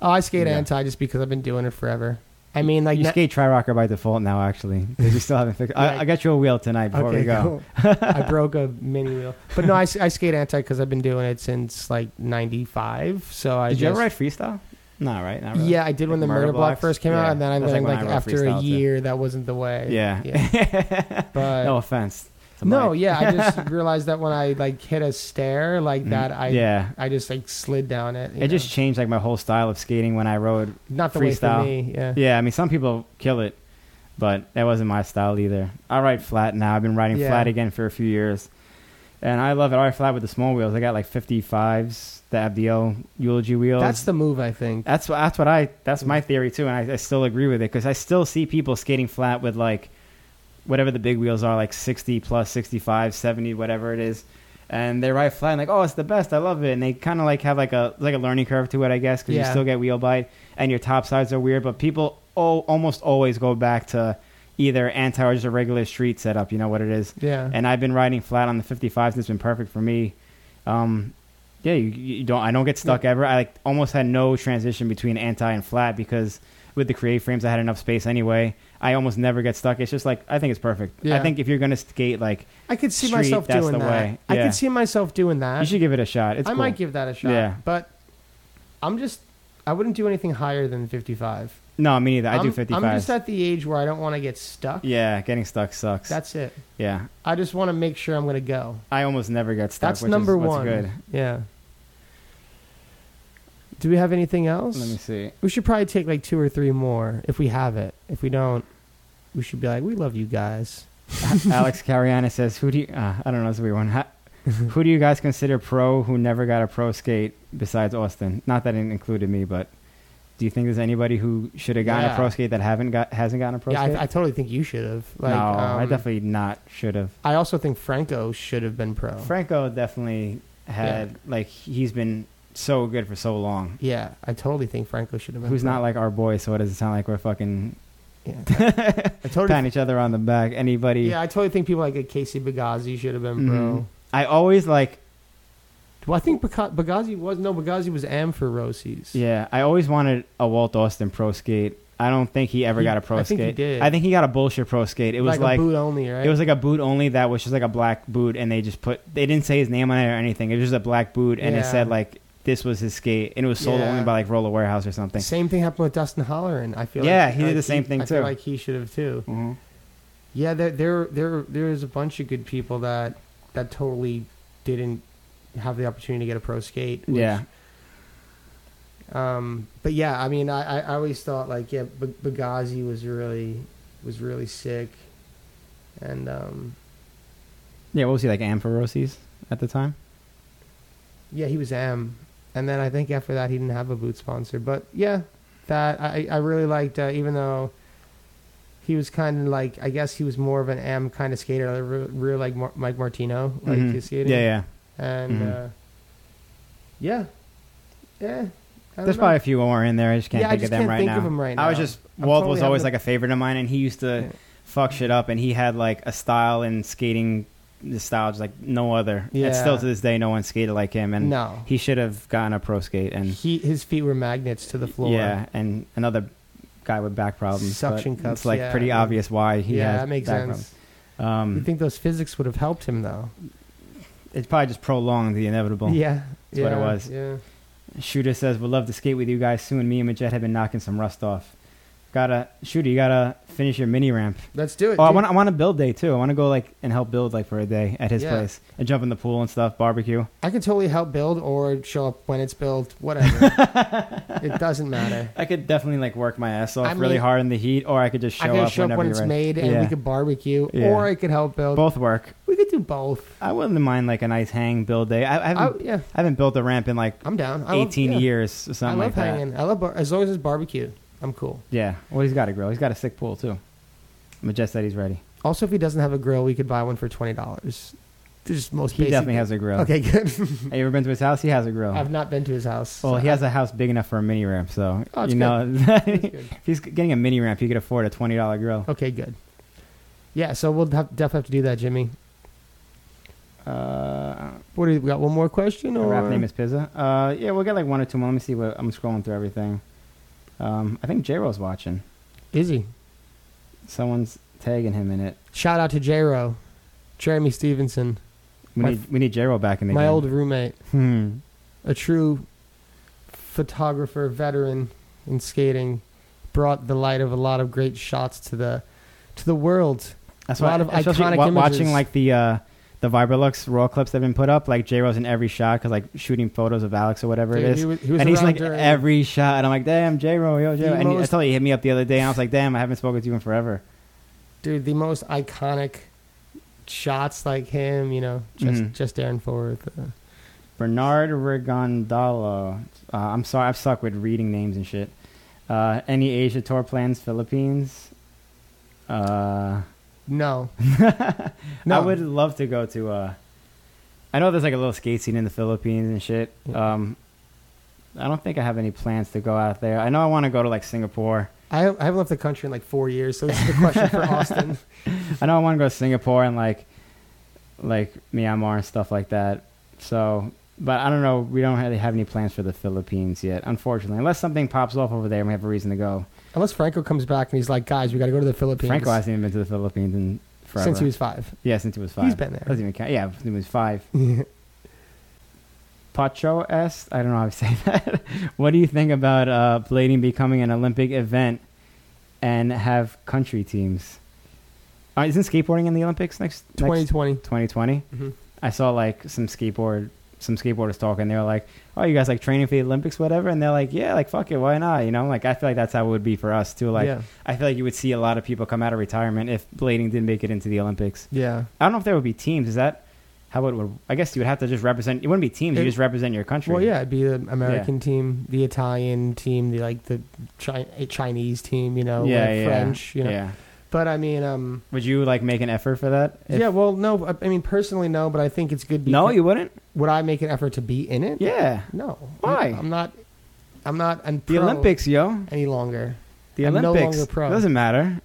Oh, I skate Yeah. anti just because I've been doing it forever. I mean, like you na- skate tri rocker by default now, actually, because you still haven't fixed I, Right. I got you a wheel tonight before we go. cool. (laughs) I broke a mini wheel, but no, I, s- I skate anti because I've been doing it since like '95. So I Did you just- ever ride freestyle? No, right? Not really. Yeah, I did when the Like murder, Murder block Blocks? first came Yeah, out, and then I that's like learned when like, I wrote after a freestyle, too. year that wasn't the way. Yeah. (laughs) But no offense. to no, Mike. yeah, (laughs) I just realized that when I like hit a stair like Mm, that, I yeah. I just like slid down it. you It know. just changed like my whole style of skating when I rode not the freestyle. way for me. Yeah, Yeah, I mean, some people kill it, but that wasn't my style either. I ride flat now. I've been riding Yeah. flat again for a few years, and I love it. I ride flat with the small wheels. I got like 55s, the Abdiel eulogy wheels. that's the move. I think. that's what that's what I that's my theory too, and I, I still agree with it because I still see people skating flat with like whatever the big wheels are, like 60 plus, 65, 70, whatever it is. And they ride flat and like, oh, it's the best. I love it. And they kind of like have like a like a learning curve to it, I guess, because Yeah. you still get wheel bite and your top sides are weird. But people all, almost always go back to either anti or just a regular street setup. You know what it is. Yeah, And I've been riding flat on the 55s. and It's been perfect for me. Um, yeah, you, you don't. I don't get stuck ever. I like almost had no transition between anti and flat because with the create frames, I had enough space anyway. I almost never get stuck. It's just like I think it's perfect. Yeah. I think if you're gonna skate, like I could see street, myself that's doing the that. way. I Yeah. could see myself doing that. you should give it a shot. It's I cool. might give that a shot. Yeah. but I'm just. I wouldn't do anything higher than 55. no, me neither. I do I'm- 55. I'm just at the age where I don't want to get stuck. yeah, getting stuck sucks. That's it. yeah. I just want to make sure I'm going to go. I almost never get stuck. That's which number is what's one. Good. Yeah. Do we have anything else? Let me see. We should probably take like two or three more if we have it. If we don't, we should be like, we love you guys. Alex Cariana says, "Who do you? Uh, I don't know. It's a weird one. (laughs) Ha- who do you guys consider pro who never got a pro skate besides Austin? Not that it included me, but do you think there's anybody who should have gotten Yeah. a pro skate that haven't got hasn't gotten a pro yeah, skate? I, I totally think you should have. Like, no, um, I definitely not should have. I also think Franco should have been pro. Franco definitely had like he's been so good for so long. yeah, I totally think Franco should have been. Who's pro. not like our boy? So it doesn't sound like we're fucking Yeah, I, I (laughs) totally. patting each other on the back. Anybody? yeah, I totally think people like Casey Bagazi should have been Mhm. pro. I always like Well, I think Baca- Bagazi was no Bagazi was am for Rosies. Yeah, I always wanted a Walt Austin pro skate. I don't think he ever He- got a pro I think skate. he did. I think he got a bullshit pro skate. It was like, like, a boot only, right? it was like a boot only that was just like a black boot, and they just put they didn't say his name on it or anything. It was just a black boot, and Yeah. it said like this was his skate, and it was sold Yeah. only by like Roller Warehouse or something. Same thing happened with Dustin Holleran. I feel Yeah, like, he did like the same thing, I feel too. like he should have too. Yeah, there there there there's a bunch of good people that that totally didn't have the opportunity to get a pro skate. which- Yeah. Um, but yeah, I mean, I, I- I always thought like yeah, B- Bagazi was really was really sick, and um, Yeah, what was he like Amphirosis at the time? yeah, he was M. And then I think after that he didn't have a boot sponsor, but yeah, that I I really liked uh, even though. He was kind of like I guess he was more of an M kind of skater, like, re- real like Mar- Mike Martino, like Mhm. his skating. Yeah, yeah. and Mhm. uh, yeah, yeah. I don't There's know. probably a few more in there. I just can't Yeah, I think just of them can't right think now. of them right I was now. just I'm Walt totally was always having like a favorite of mine, and he used to Yeah. fuck shit up, and he had like a style in skating, the style just like no other. Yeah. And still to this day, no one skated like him, and no. he should have gotten a pro skate. And He his feet were magnets to the floor. yeah, and another guy with back problems. but Suction cups, It's like yeah. pretty obvious why he yeah, has that makes back sense. problems. Um, You think those physics would have helped him though? it's probably just prolonged the inevitable. (laughs) yeah, That's yeah, what it was. Yeah, Shooter says, "Would love to skate with you guys soon. Me and Majet have been knocking some rust off. Gotta shooter, you gotta finish your mini ramp. let's do it. Oh, I dude. want I want to build day too. I want to go like and help build like for a day at his Yeah. place and jump in the pool and stuff, barbecue. I could totally help build or show up when it's built. (laughs) Whatever, it doesn't matter. I could definitely like work my ass off I really mean- hard in the heat, or I could just show I could up show up whenever when you're it's ready. made, and yeah. we could barbecue, Yeah. or I could help build. both work. We could do both. I wouldn't mind like a nice hang build day. I, I I, haven't yeah, I haven't built a ramp in like I'm down. I love- eighteen yeah. years or something I like love that. hanging. I love bar- as long as it's barbecue. I'm cool. Yeah. Well, he's got a grill. He's got a sick pool too. Majet said he's ready. Also, if he doesn't have a grill, we could buy one for twenty dollars. Just most. He basic- definitely has a grill. Okay, good. Have you ever been to his house? He has a grill. (laughs) I've not been to his house. well, so he has a house big enough for a mini ramp, so Oh, it's you know (laughs) (laughs) That's if good. he's getting a mini ramp, he could afford a twenty dollar grill. Okay, good. Yeah, so we'll have, definitely have to do that, Jimmy. Uh, What do you, we got? One more question, the or rap name is Pizza. Uh, yeah, we'll get like one or two more. Let me see. What I'm scrolling through everything. Um, I think J Ro's watching. Izzy? Someone's tagging him in it. Shout out to J-Ro, Jeremy Stevenson, We My need we need J Ro back in the my game. old roommate, Hmm. a true photographer veteran in skating, brought the light of a lot of great shots to the to the world. That's A why lot of especially iconic wa- watching images. like the uh, the Vibralux raw clips that have been put up. Like J Ro's in every shot because like shooting photos of Alex or whatever it Dude, is. he was- he was and he's around like during- every shot, and I'm like, damn, J Ro, yo, J Ro. The And he, I most- told you, he hit me up the other day, and I was like, damn, I haven't spoken to you in forever. dude, the most iconic shots like him, you know, just Mhm. just Aaron Forth. Uh, Bernard Rigondolo. Uh, I'm sorry, I've sucked with reading names and shit. Uh, any Asia tour plans, Philippines? Uh, (laughs) no, I no, would love to go to. Uh, I know there's like a little skate scene in the Philippines and shit. Yeah. Um, I don't think I have any plans to go out there. I know I want to go to like Singapore. I, I haven't left the country in like four years, so this is the question (laughs) for Austin. I know I want to go to Singapore and like like Myanmar and stuff like that. So, but I don't know. We don't really have any plans for the Philippines yet, unfortunately. Unless something pops off over there and we have a reason to go. Unless Franco comes back and he's like, guys, we got to go to the Philippines. Franco hasn't even been to the Philippines in forever. since he was five. yeah, since he was five. He's been there. Doesn't even count. Yeah, since he was five. Pacho asked, I don't know how to (laughs) say that. what do you think about uh, blading becoming an Olympic event and have country teams? Uh, isn't skateboarding in the Olympics next? (laughs) Twenty next twenty. 2020? Mhm. I saw like some skateboard, some skateboarders talking. They were like, "Oh, you guys like training for the Olympics, whatever?" And they're like, "Yeah, like fuck it, why not?" You know, like I feel like that's how it would be for us too. Like yeah, I feel like you would see a lot of people come out of retirement if blading didn't make it into the Olympics. yeah. I don't know if there would be teams. Is that how it would? I guess you would have to just represent. It wouldn't be teams. It- you just represent your country. Well, yeah, it'd be the American team, the Italian team, the like the Chi- Chinese team, you know, yeah, like, yeah, French, you know. yeah. But I mean, um, Would you like make an effort for that? If- yeah. Well, no, I- I mean personally, no. But I think it's good. No, because- you wouldn't. would I make an effort to be in it? Yeah. No. Why? I'm not. I'm not. I'm The pro Olympics, yo. any longer. The I'm no Olympics. longer pro. Doesn't (laughs) matter.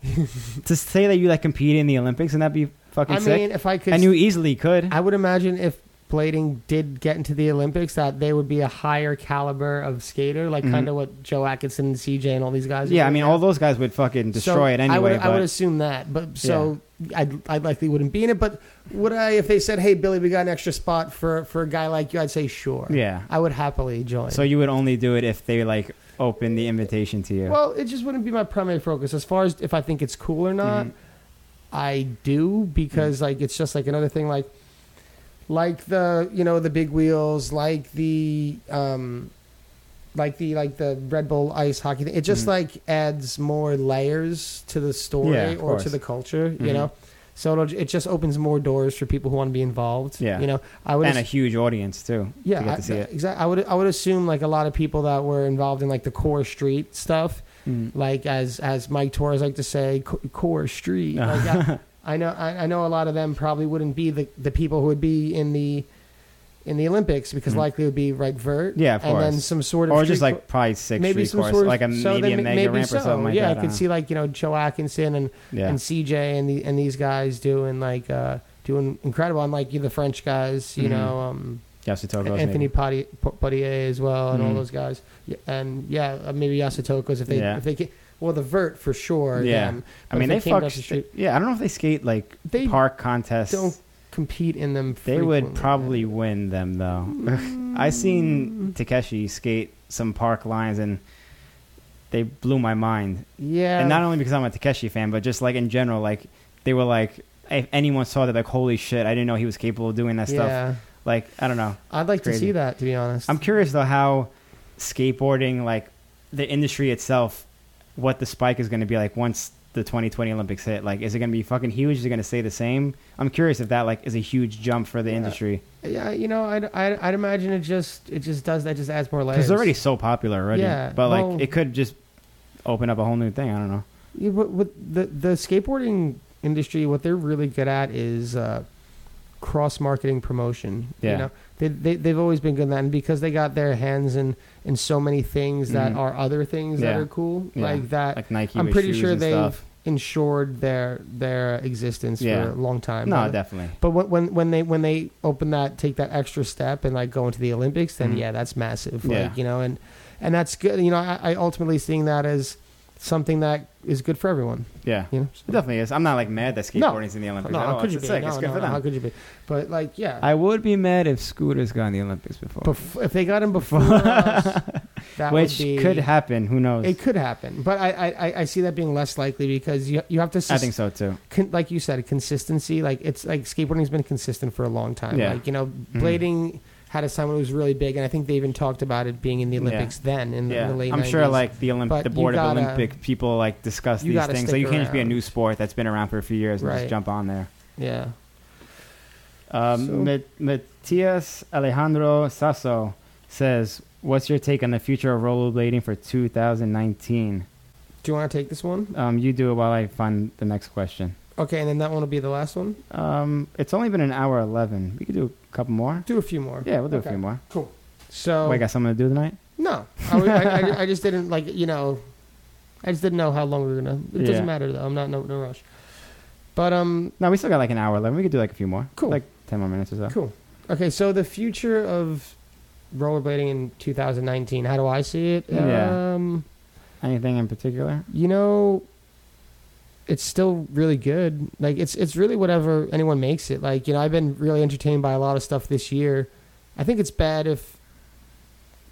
to say that you like compete in the Olympics and that'd be fucking I sick. mean, if I could, and you easily could. I would imagine if blading did get into the Olympics, that they would be a higher caliber of skater, like Mhm. kind of what Joe Atkinson and CJ and all these guys. are yeah, I doing mean, now. all those guys would fucking destroy So it I anyway. would, I would but assume that, but so I'd, I likely wouldn't be in it. But would I, if they said, "Hey, Billy, we got an extra spot for for a guy like you," I'd say sure. yeah. I would happily join. So you would only do it if they like open the invitation to you. Well, it just wouldn't be my primary focus as far as if I think it's cool or not. Mhm. I do because Mm-hmm. like it's just like another thing like like the you know the big wheels like the um like the like the Red Bull ice hockey thing. It just Mhm. like adds more layers to the story Yeah, of or to course. the culture, you Mhm. know. So it'll, it just opens more doors for people who want to be involved. Yeah. you know, I would and a huge audience too. yeah, to get I, to see it. exactly. I would I would assume like a lot of people that were involved in like the core street stuff, Mm. like as as Mike Torres like to say, co- core street. Like, Uh-huh. I, (laughs) I know I, I know a lot of them probably wouldn't be the the people who would be in the in the Olympics because Mhm. likely it would be right vert, Yeah, of and then course. some sort of Or just street like probably six maybe street some course, sort of like a so maybe a then mega maybe ramp so. or something like that. yeah, I I could don't see like you know Joe Atkinson and know. yeah. and CJ and the and these guys doing like uh doing incredible. And like you, the French guys, you Mhm. know. um Yasutogos maybe. Anthony Potti- P- Potier as well, and all Mhm. those guys, Yeah, and yeah, uh, maybe Yasutokos if they Yeah. if they get well the vert for sure. Yeah. I them. But mean, if they, came fuck. across the street, yeah, I don't know if they skate like They park contests. don't compete in them. They would frequently. probably win them though. (laughs) I Mm. seen Takeshi skate some park lines and they blew my mind. yeah, And not only because I'm a Takeshi fan, but just like in general, like they were like, if anyone saw that, like, holy shit, I didn't know he was capable of doing that stuff. yeah. Like, I don't know. I'd like to Crazy. see that to be honest. I'm curious though how skateboarding, like the industry itself, what the spike is going to be like once the 2020 Olympics hit. Like, is it going to be fucking huge? Is it going to stay the same? I'm curious if that like is a huge jump for the Yeah. industry yeah, you know, I'd, I'd I'd imagine it just it just does that just adds more layers. because it's already so popular already. Yeah, but like well- it could just open up a whole new thing. I don't know. Yeah, but with the the skateboarding industry, what they're really good at is uh, cross marketing promotion. Yeah. You know, they, they they've always been good at that, and because they got their hands in in so many things that Mhm. are other things that Yeah. are cool, Yeah. like that. Like Nike. I'm with pretty shoes sure and they've stuff. ensured their their existence Yeah. for a long time. No, but, definitely. but when- when when they when they open that take that extra step and like go into the Olympics, then Mhm. yeah, that's massive. Yeah. Like you know, and and that's good. You know, I, I ultimately seeing that as something that is good for everyone. Yeah. You know, It definitely is. I'm not like mad that No. skateboarding's in the Olympics. no, at how all. could you It's be? sick. No, It's good no, for no, them. how could you be? But like, yeah, I would be mad if Scooters got in the Olympics before. Bef- if they got him before (laughs) us, that Which would be, could happen. Who knows? It could happen, but I, I, I- I see that being less likely because you you have to I sus- think so too. con- like you said consistency. Like it's like skateboarding's been consistent for a long time. Yeah. Hmm. Like you know, blading had a time when it was really big, and I think they even talked about it being in the Yeah. Olympics then in the, Yeah, the late. I'm 90s. sure like the Olymp- But the you board gotta- of Olympic people like discuss you these gotta things. stick Like you can't just be a around. new sport that's been around for a few years and Right. just jump on there. yeah, Um, So- Mat- Matias Alejandro Sasso says, "What's your take on the future of rollerblading for 2019?" do you want to take this one? Um, you do it while I find the next question. Okay, and then that one will be the last one. Um, it's only been an hour eleven. We could do a couple more. Do a few more. Yeah, Oh we'll do Okay. Oh. a few more. Cool. So Wait, got something to do tonight? No, I, was- I, I- I just didn't like you know, I just didn't know how long we were gonna. It Yeah. doesn't matter though. I'm not in no, no rush. But um, No, we still got like an hour eleven. We could do like a few more. Cool. Like ten more minutes or so. cool. Okay, so the future of rollerblading in 2019. How do I see it? Yeah. Um, Anything in particular? you know, it's still really good. Like it's it's really whatever anyone makes it. Like you know, I've been really entertained by a lot of stuff this year. I think it's bad if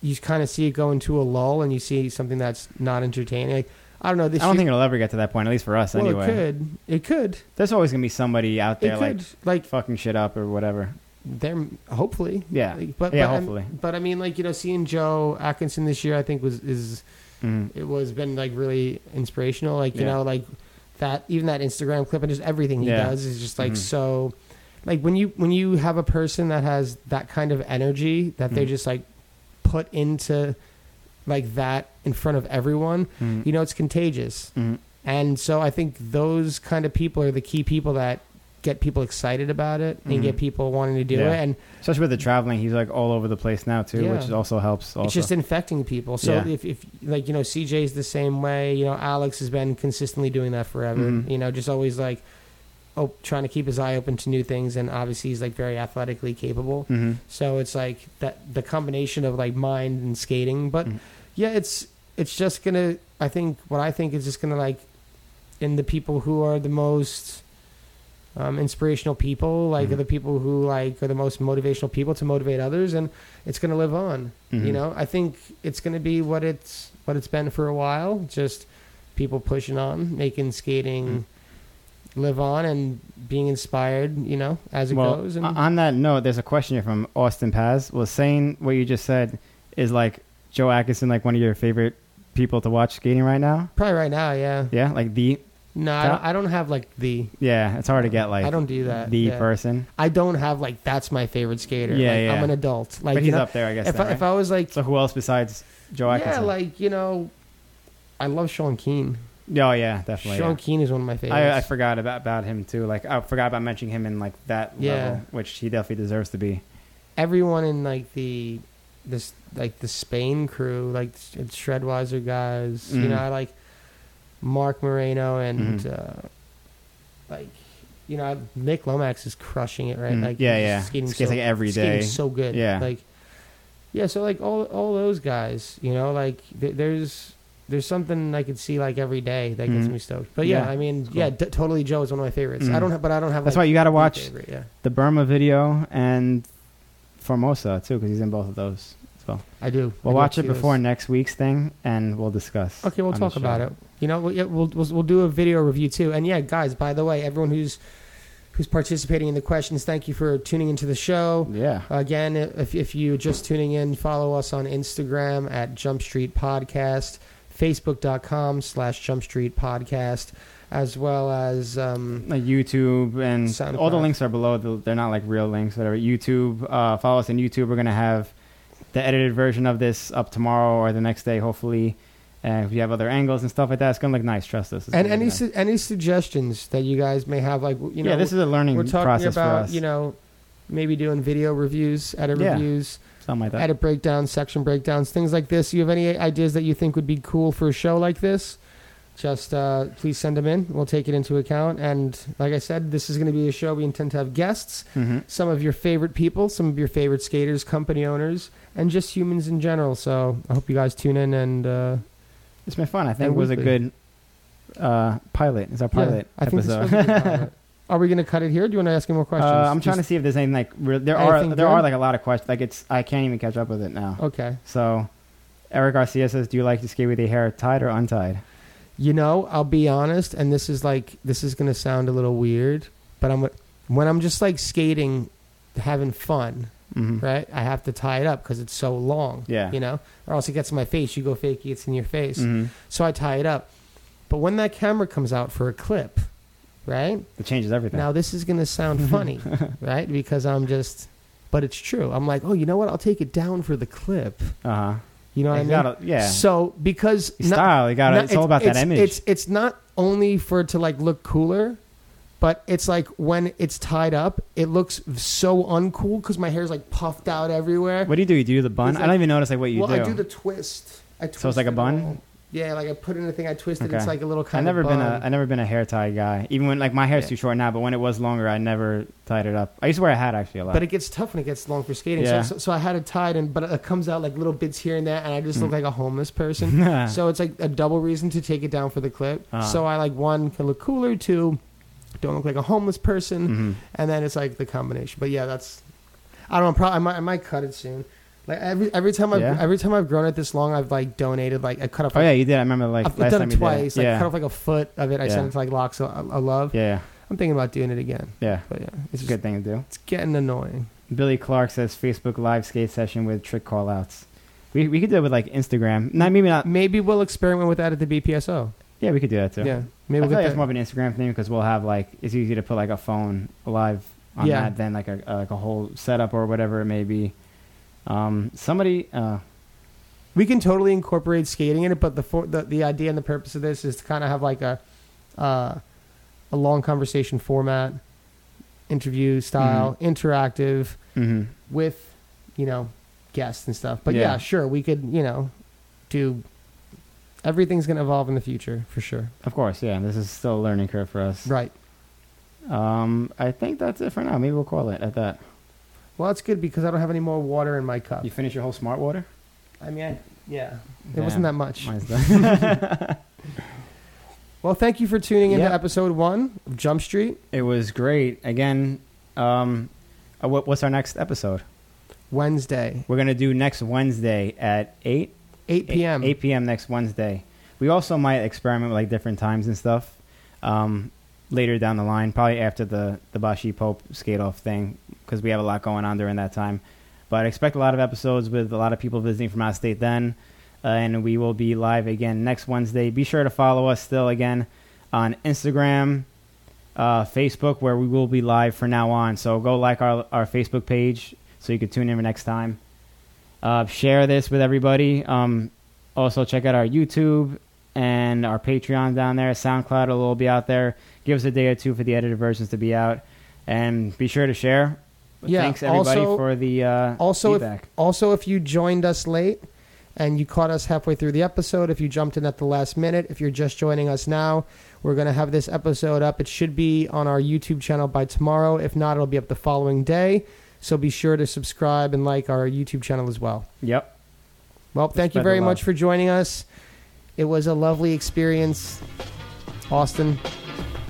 you kind of see it go into a lull and you see something that's not entertaining. Like I don't know. This I don't year, think it'll ever get to that point. At least for us, Well, anyway. it could. It could. There's always gonna be somebody out It there like could. Like, fucking shit up or whatever. they're hopefully. Yeah. Like, but Yeah, but, I'm- hopefully. but I mean, like you know, seeing Joe Atkinson this year, I think was is Mhm. it was been like really inspirational. Like you Yeah. know, like that even that Instagram clip and just everything he Yeah. does is just like Mhm. so. Like when you when you have a person that has that kind of energy that they Mhm. just like put into like that in front of everyone, Mhm. you know, it's contagious. Mhm. And so I think those kind of people are the key people that get people excited about it and Mhm. get people wanting to do Yeah. it. And Especially with the traveling, he's like all over the place now too, Yeah. which also helps. Also. it's just infecting people. So Yeah. if, if like, you know, CJ's the same way, you know, Alex has been consistently doing that forever, Mhm. you know, just always like, oh, trying to keep his eye open to new things. And obviously he's like very athletically capable. Mhm. So it's like that the combination of like mind and skating, but Mm. yeah, it's it's just gonna. I think what I think is just gonna like in the people who are the most um, inspirational people, like Mhm. are the people who like are the most motivational people to motivate others, and it's gonna live on. You Mhm. know, I think it's gonna be what it's what it's been for a while. Just people pushing on, making skating. live on and being inspired, you know, as it Mm-hmm. well, goes. And o- on that note, there's a question here from Austin Paz. Was saying what you just said is like Joe Atkinson, like one of your favorite people to watch skating right now? probably right now, yeah. Yeah, like the No, I don't, I don't have like the. yeah. It's hard to get like I don't do that. the yeah. person, I don't have like that's my favorite skater. Yeah, like, yeah. I'm an adult. Like but you he's know, up there, I guess. if then, I, right? if I was like so who else besides Joe yeah, Atkinson? like you know, I love Sean Keen. oh yeah, definitely. Sean yeah. Keen is one of my favorites. I, I forgot about, about him too. Like I forgot about mentioning him in like that Yeah. level, which he definitely deserves to be. Everyone in like the this like the Spain crew, like it's Shredweiser guys. You Mhm. know, I like Mark Moreno and Mm-hmm. uh, like you know Nick Lomax is crushing it right. Mm, Like yeah, he's yeah. skating Skates so like every skating day. so good. Yeah. Like, yeah. So like all all those guys, you know, like th- there's there's something I could see like every day that gets Mhm. me stoked. But yeah, Yeah. I mean, That's yeah, d- totally. Joe is one of my favorites. I Mhm. don't, have, but I don't have. That's like, why you got to the watch favorite, yeah, the Burma video and Formosa too, because he's in both of those. I do. I We'll do watch it see those. before next week's thing, and we'll discuss. Okay, we'll on talk the about show. it. You know, we'll, yeah, we'll we'll we'll do a video review too. And yeah, guys, by the way, everyone who's who's participating in the questions, thank you for tuning into the show. Yeah. Again, if if you just tuning in, follow us on Instagram at Jump Street Podcast, Facebook.com slash Jump Street Podcast, as well as um, Like YouTube and all the SoundCloud. links are below. The, they're not like real links, whatever. YouTube, uh, follow us on YouTube. We're gonna have the edited version of this up tomorrow or the next day, hopefully. And if you have other angles and stuff like that, it's gonna look nice. Trust us. It's gonna and look any nice. su- any suggestions that you guys may have, like you know, yeah, this is a learning we're talking process for about us. you know maybe doing video reviews, edit Yeah. reviews. something like that. edit breakdowns, section breakdowns, things like this. You have any ideas that you think would be cool for a show like this? Just uh, please send them in. We'll take it into account. And like I said, this is going to be a show we intend to have guests, hmm some of your favorite people, some of your favorite skaters, company owners, and just humans in general. So I hope you guys tune in. And uh, It's been fun. I think it And was a weekly. good uh, pilot. It's our yeah, pilot I think this episode. was a (laughs) good pilot. Are we going to cut it here? Or do you want to ask any more questions? Uh, I'm trying to see if there's anything like re- there are Anything there are good? Oh. like a lot of questions. Like it's I can't even catch up with it now. Okay. So, Eric Garcia says, "Do you like to skate with your hair tied or untied?" You know, I'll be honest, and this is like this is gonna sound a little weird, but I'm when I'm just like skating, having fun, Mm-hmm. right? I have to tie it up because it's so long. Yeah. You know, or else it gets in my face. You go fake, it's in your face. hmm So I tie it up. But when that camera comes out for a clip, right? It changes everything. Now this is (laughs) gonna sound funny, right? Because I'm just, but it's true. I'm like, oh, you know what? I'll take it down for the clip. uh huh. You know what I mean? gotta, yeah. So because Your style. You got no, to It's all about that image. It's it's not only for it to like look cooler, but it's like when it's tied up, it looks so uncool because my hair's like puffed out everywhere. what do you do? You do the bun? It's I don't like- even notice like what you well, do. I do the twist. I twist it's like a it bun? all. Yeah, like I put it in the thing, I twist it. Okay. It's like a little kind I've never of. been a bun. I've never been a hair tie guy. Even when like my hair's Yeah. too short now, but when it was longer, I never tied it up. I used to wear a hat actually a lot. But it gets tough when it gets long for skating. Yeah. So, so, so I had it tied, and but it comes out like little bits here and there, and I just look Mm. like a (laughs) homeless person. so it's like a double reason to take it down for the clip. Ah. So I like one can look cooler, two don't look like a homeless Mhm. person. and then it's like the combination. But yeah, that's I don't know. Probably I might, I might cut it soon. Like every every time I've Yeah. every time I've grown it this long, I've like donated like I cut off. Oh yeah, you did. I remember like I've last done time it twice. you Like did. it. cut off like a foot of it. I Yeah. sent it to like locks. I, I love. yeah, yeah, I'm thinking about doing it again. yeah. But yeah, It's it's a just, good thing to do. It's getting annoying. Billy Clark says Facebook live skate session with trick call outs. We we could do it with like Instagram. Not maybe not. Maybe we'll experiment with that at the BPSO. Yeah, we could do that too. Yeah, I maybe we'll feel like get it's more of an Instagram thing because we'll have like it's easy to put like a phone live on Yeah. that than like a, a like a whole setup or whatever it may be. Um, somebody, uh, that. we can totally incorporate skating in it. But the for, the the idea and the purpose of this is to kind of have like a uh, a long conversation format, interview style, Mm-hmm. interactive. mhm. with you know guests and stuff but yeah. Yeah. sure we could you know do everything's going to evolve in the future for sure of course, yeah, this is still a learning curve for us. right Um, I think that's it for now. Maybe we'll call it at that. well that's good because i don't have any more water in my cup You finish your whole smart water? Uh, i mean I, yeah it wasn't that Damn. much Mine's done. (laughs) well thank you for tuning in Yeah. to episode one of jump street it was great. Again, um, uh, what, what's our next episode? wednesday We're gonna do next Wednesday at eight 8 p.m 8 p.m. next Wednesday. We also might experiment with like different times and stuff. Um, later down the line, probably after the the Bashi Pope skate off thing, because we have a lot going on during that time. But expect a lot of episodes with a lot of people visiting from out of state then, uh, and we will be live again next Wednesday. Be sure to follow us still again on Instagram, uh, Facebook, where we will be live from now on. So go like our our Facebook page so you can tune in for next time. Uh, share this with everybody. Um, also check out our YouTube and our Patreon down there. SoundCloud will all be out there. Give us a day or two for the edited versions to be out, and be sure to share. Yeah, Thanks everybody also- for the uh, also if- feedback. Also, if you joined us late and you caught us halfway through the episode, if you jumped in at the last minute, if you're just joining us now, we're going to have this episode up. It should be on our YouTube channel by tomorrow. If not, it'll be up the following day. So be sure to subscribe and like our YouTube channel as well. Yep. Well, thank spread you the very love. much for joining us. It was a lovely experience. Austin,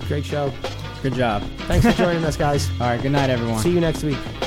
great show. Good job. Thanks for joining us, guys. (laughs) All right. Good night, everyone. See you next week.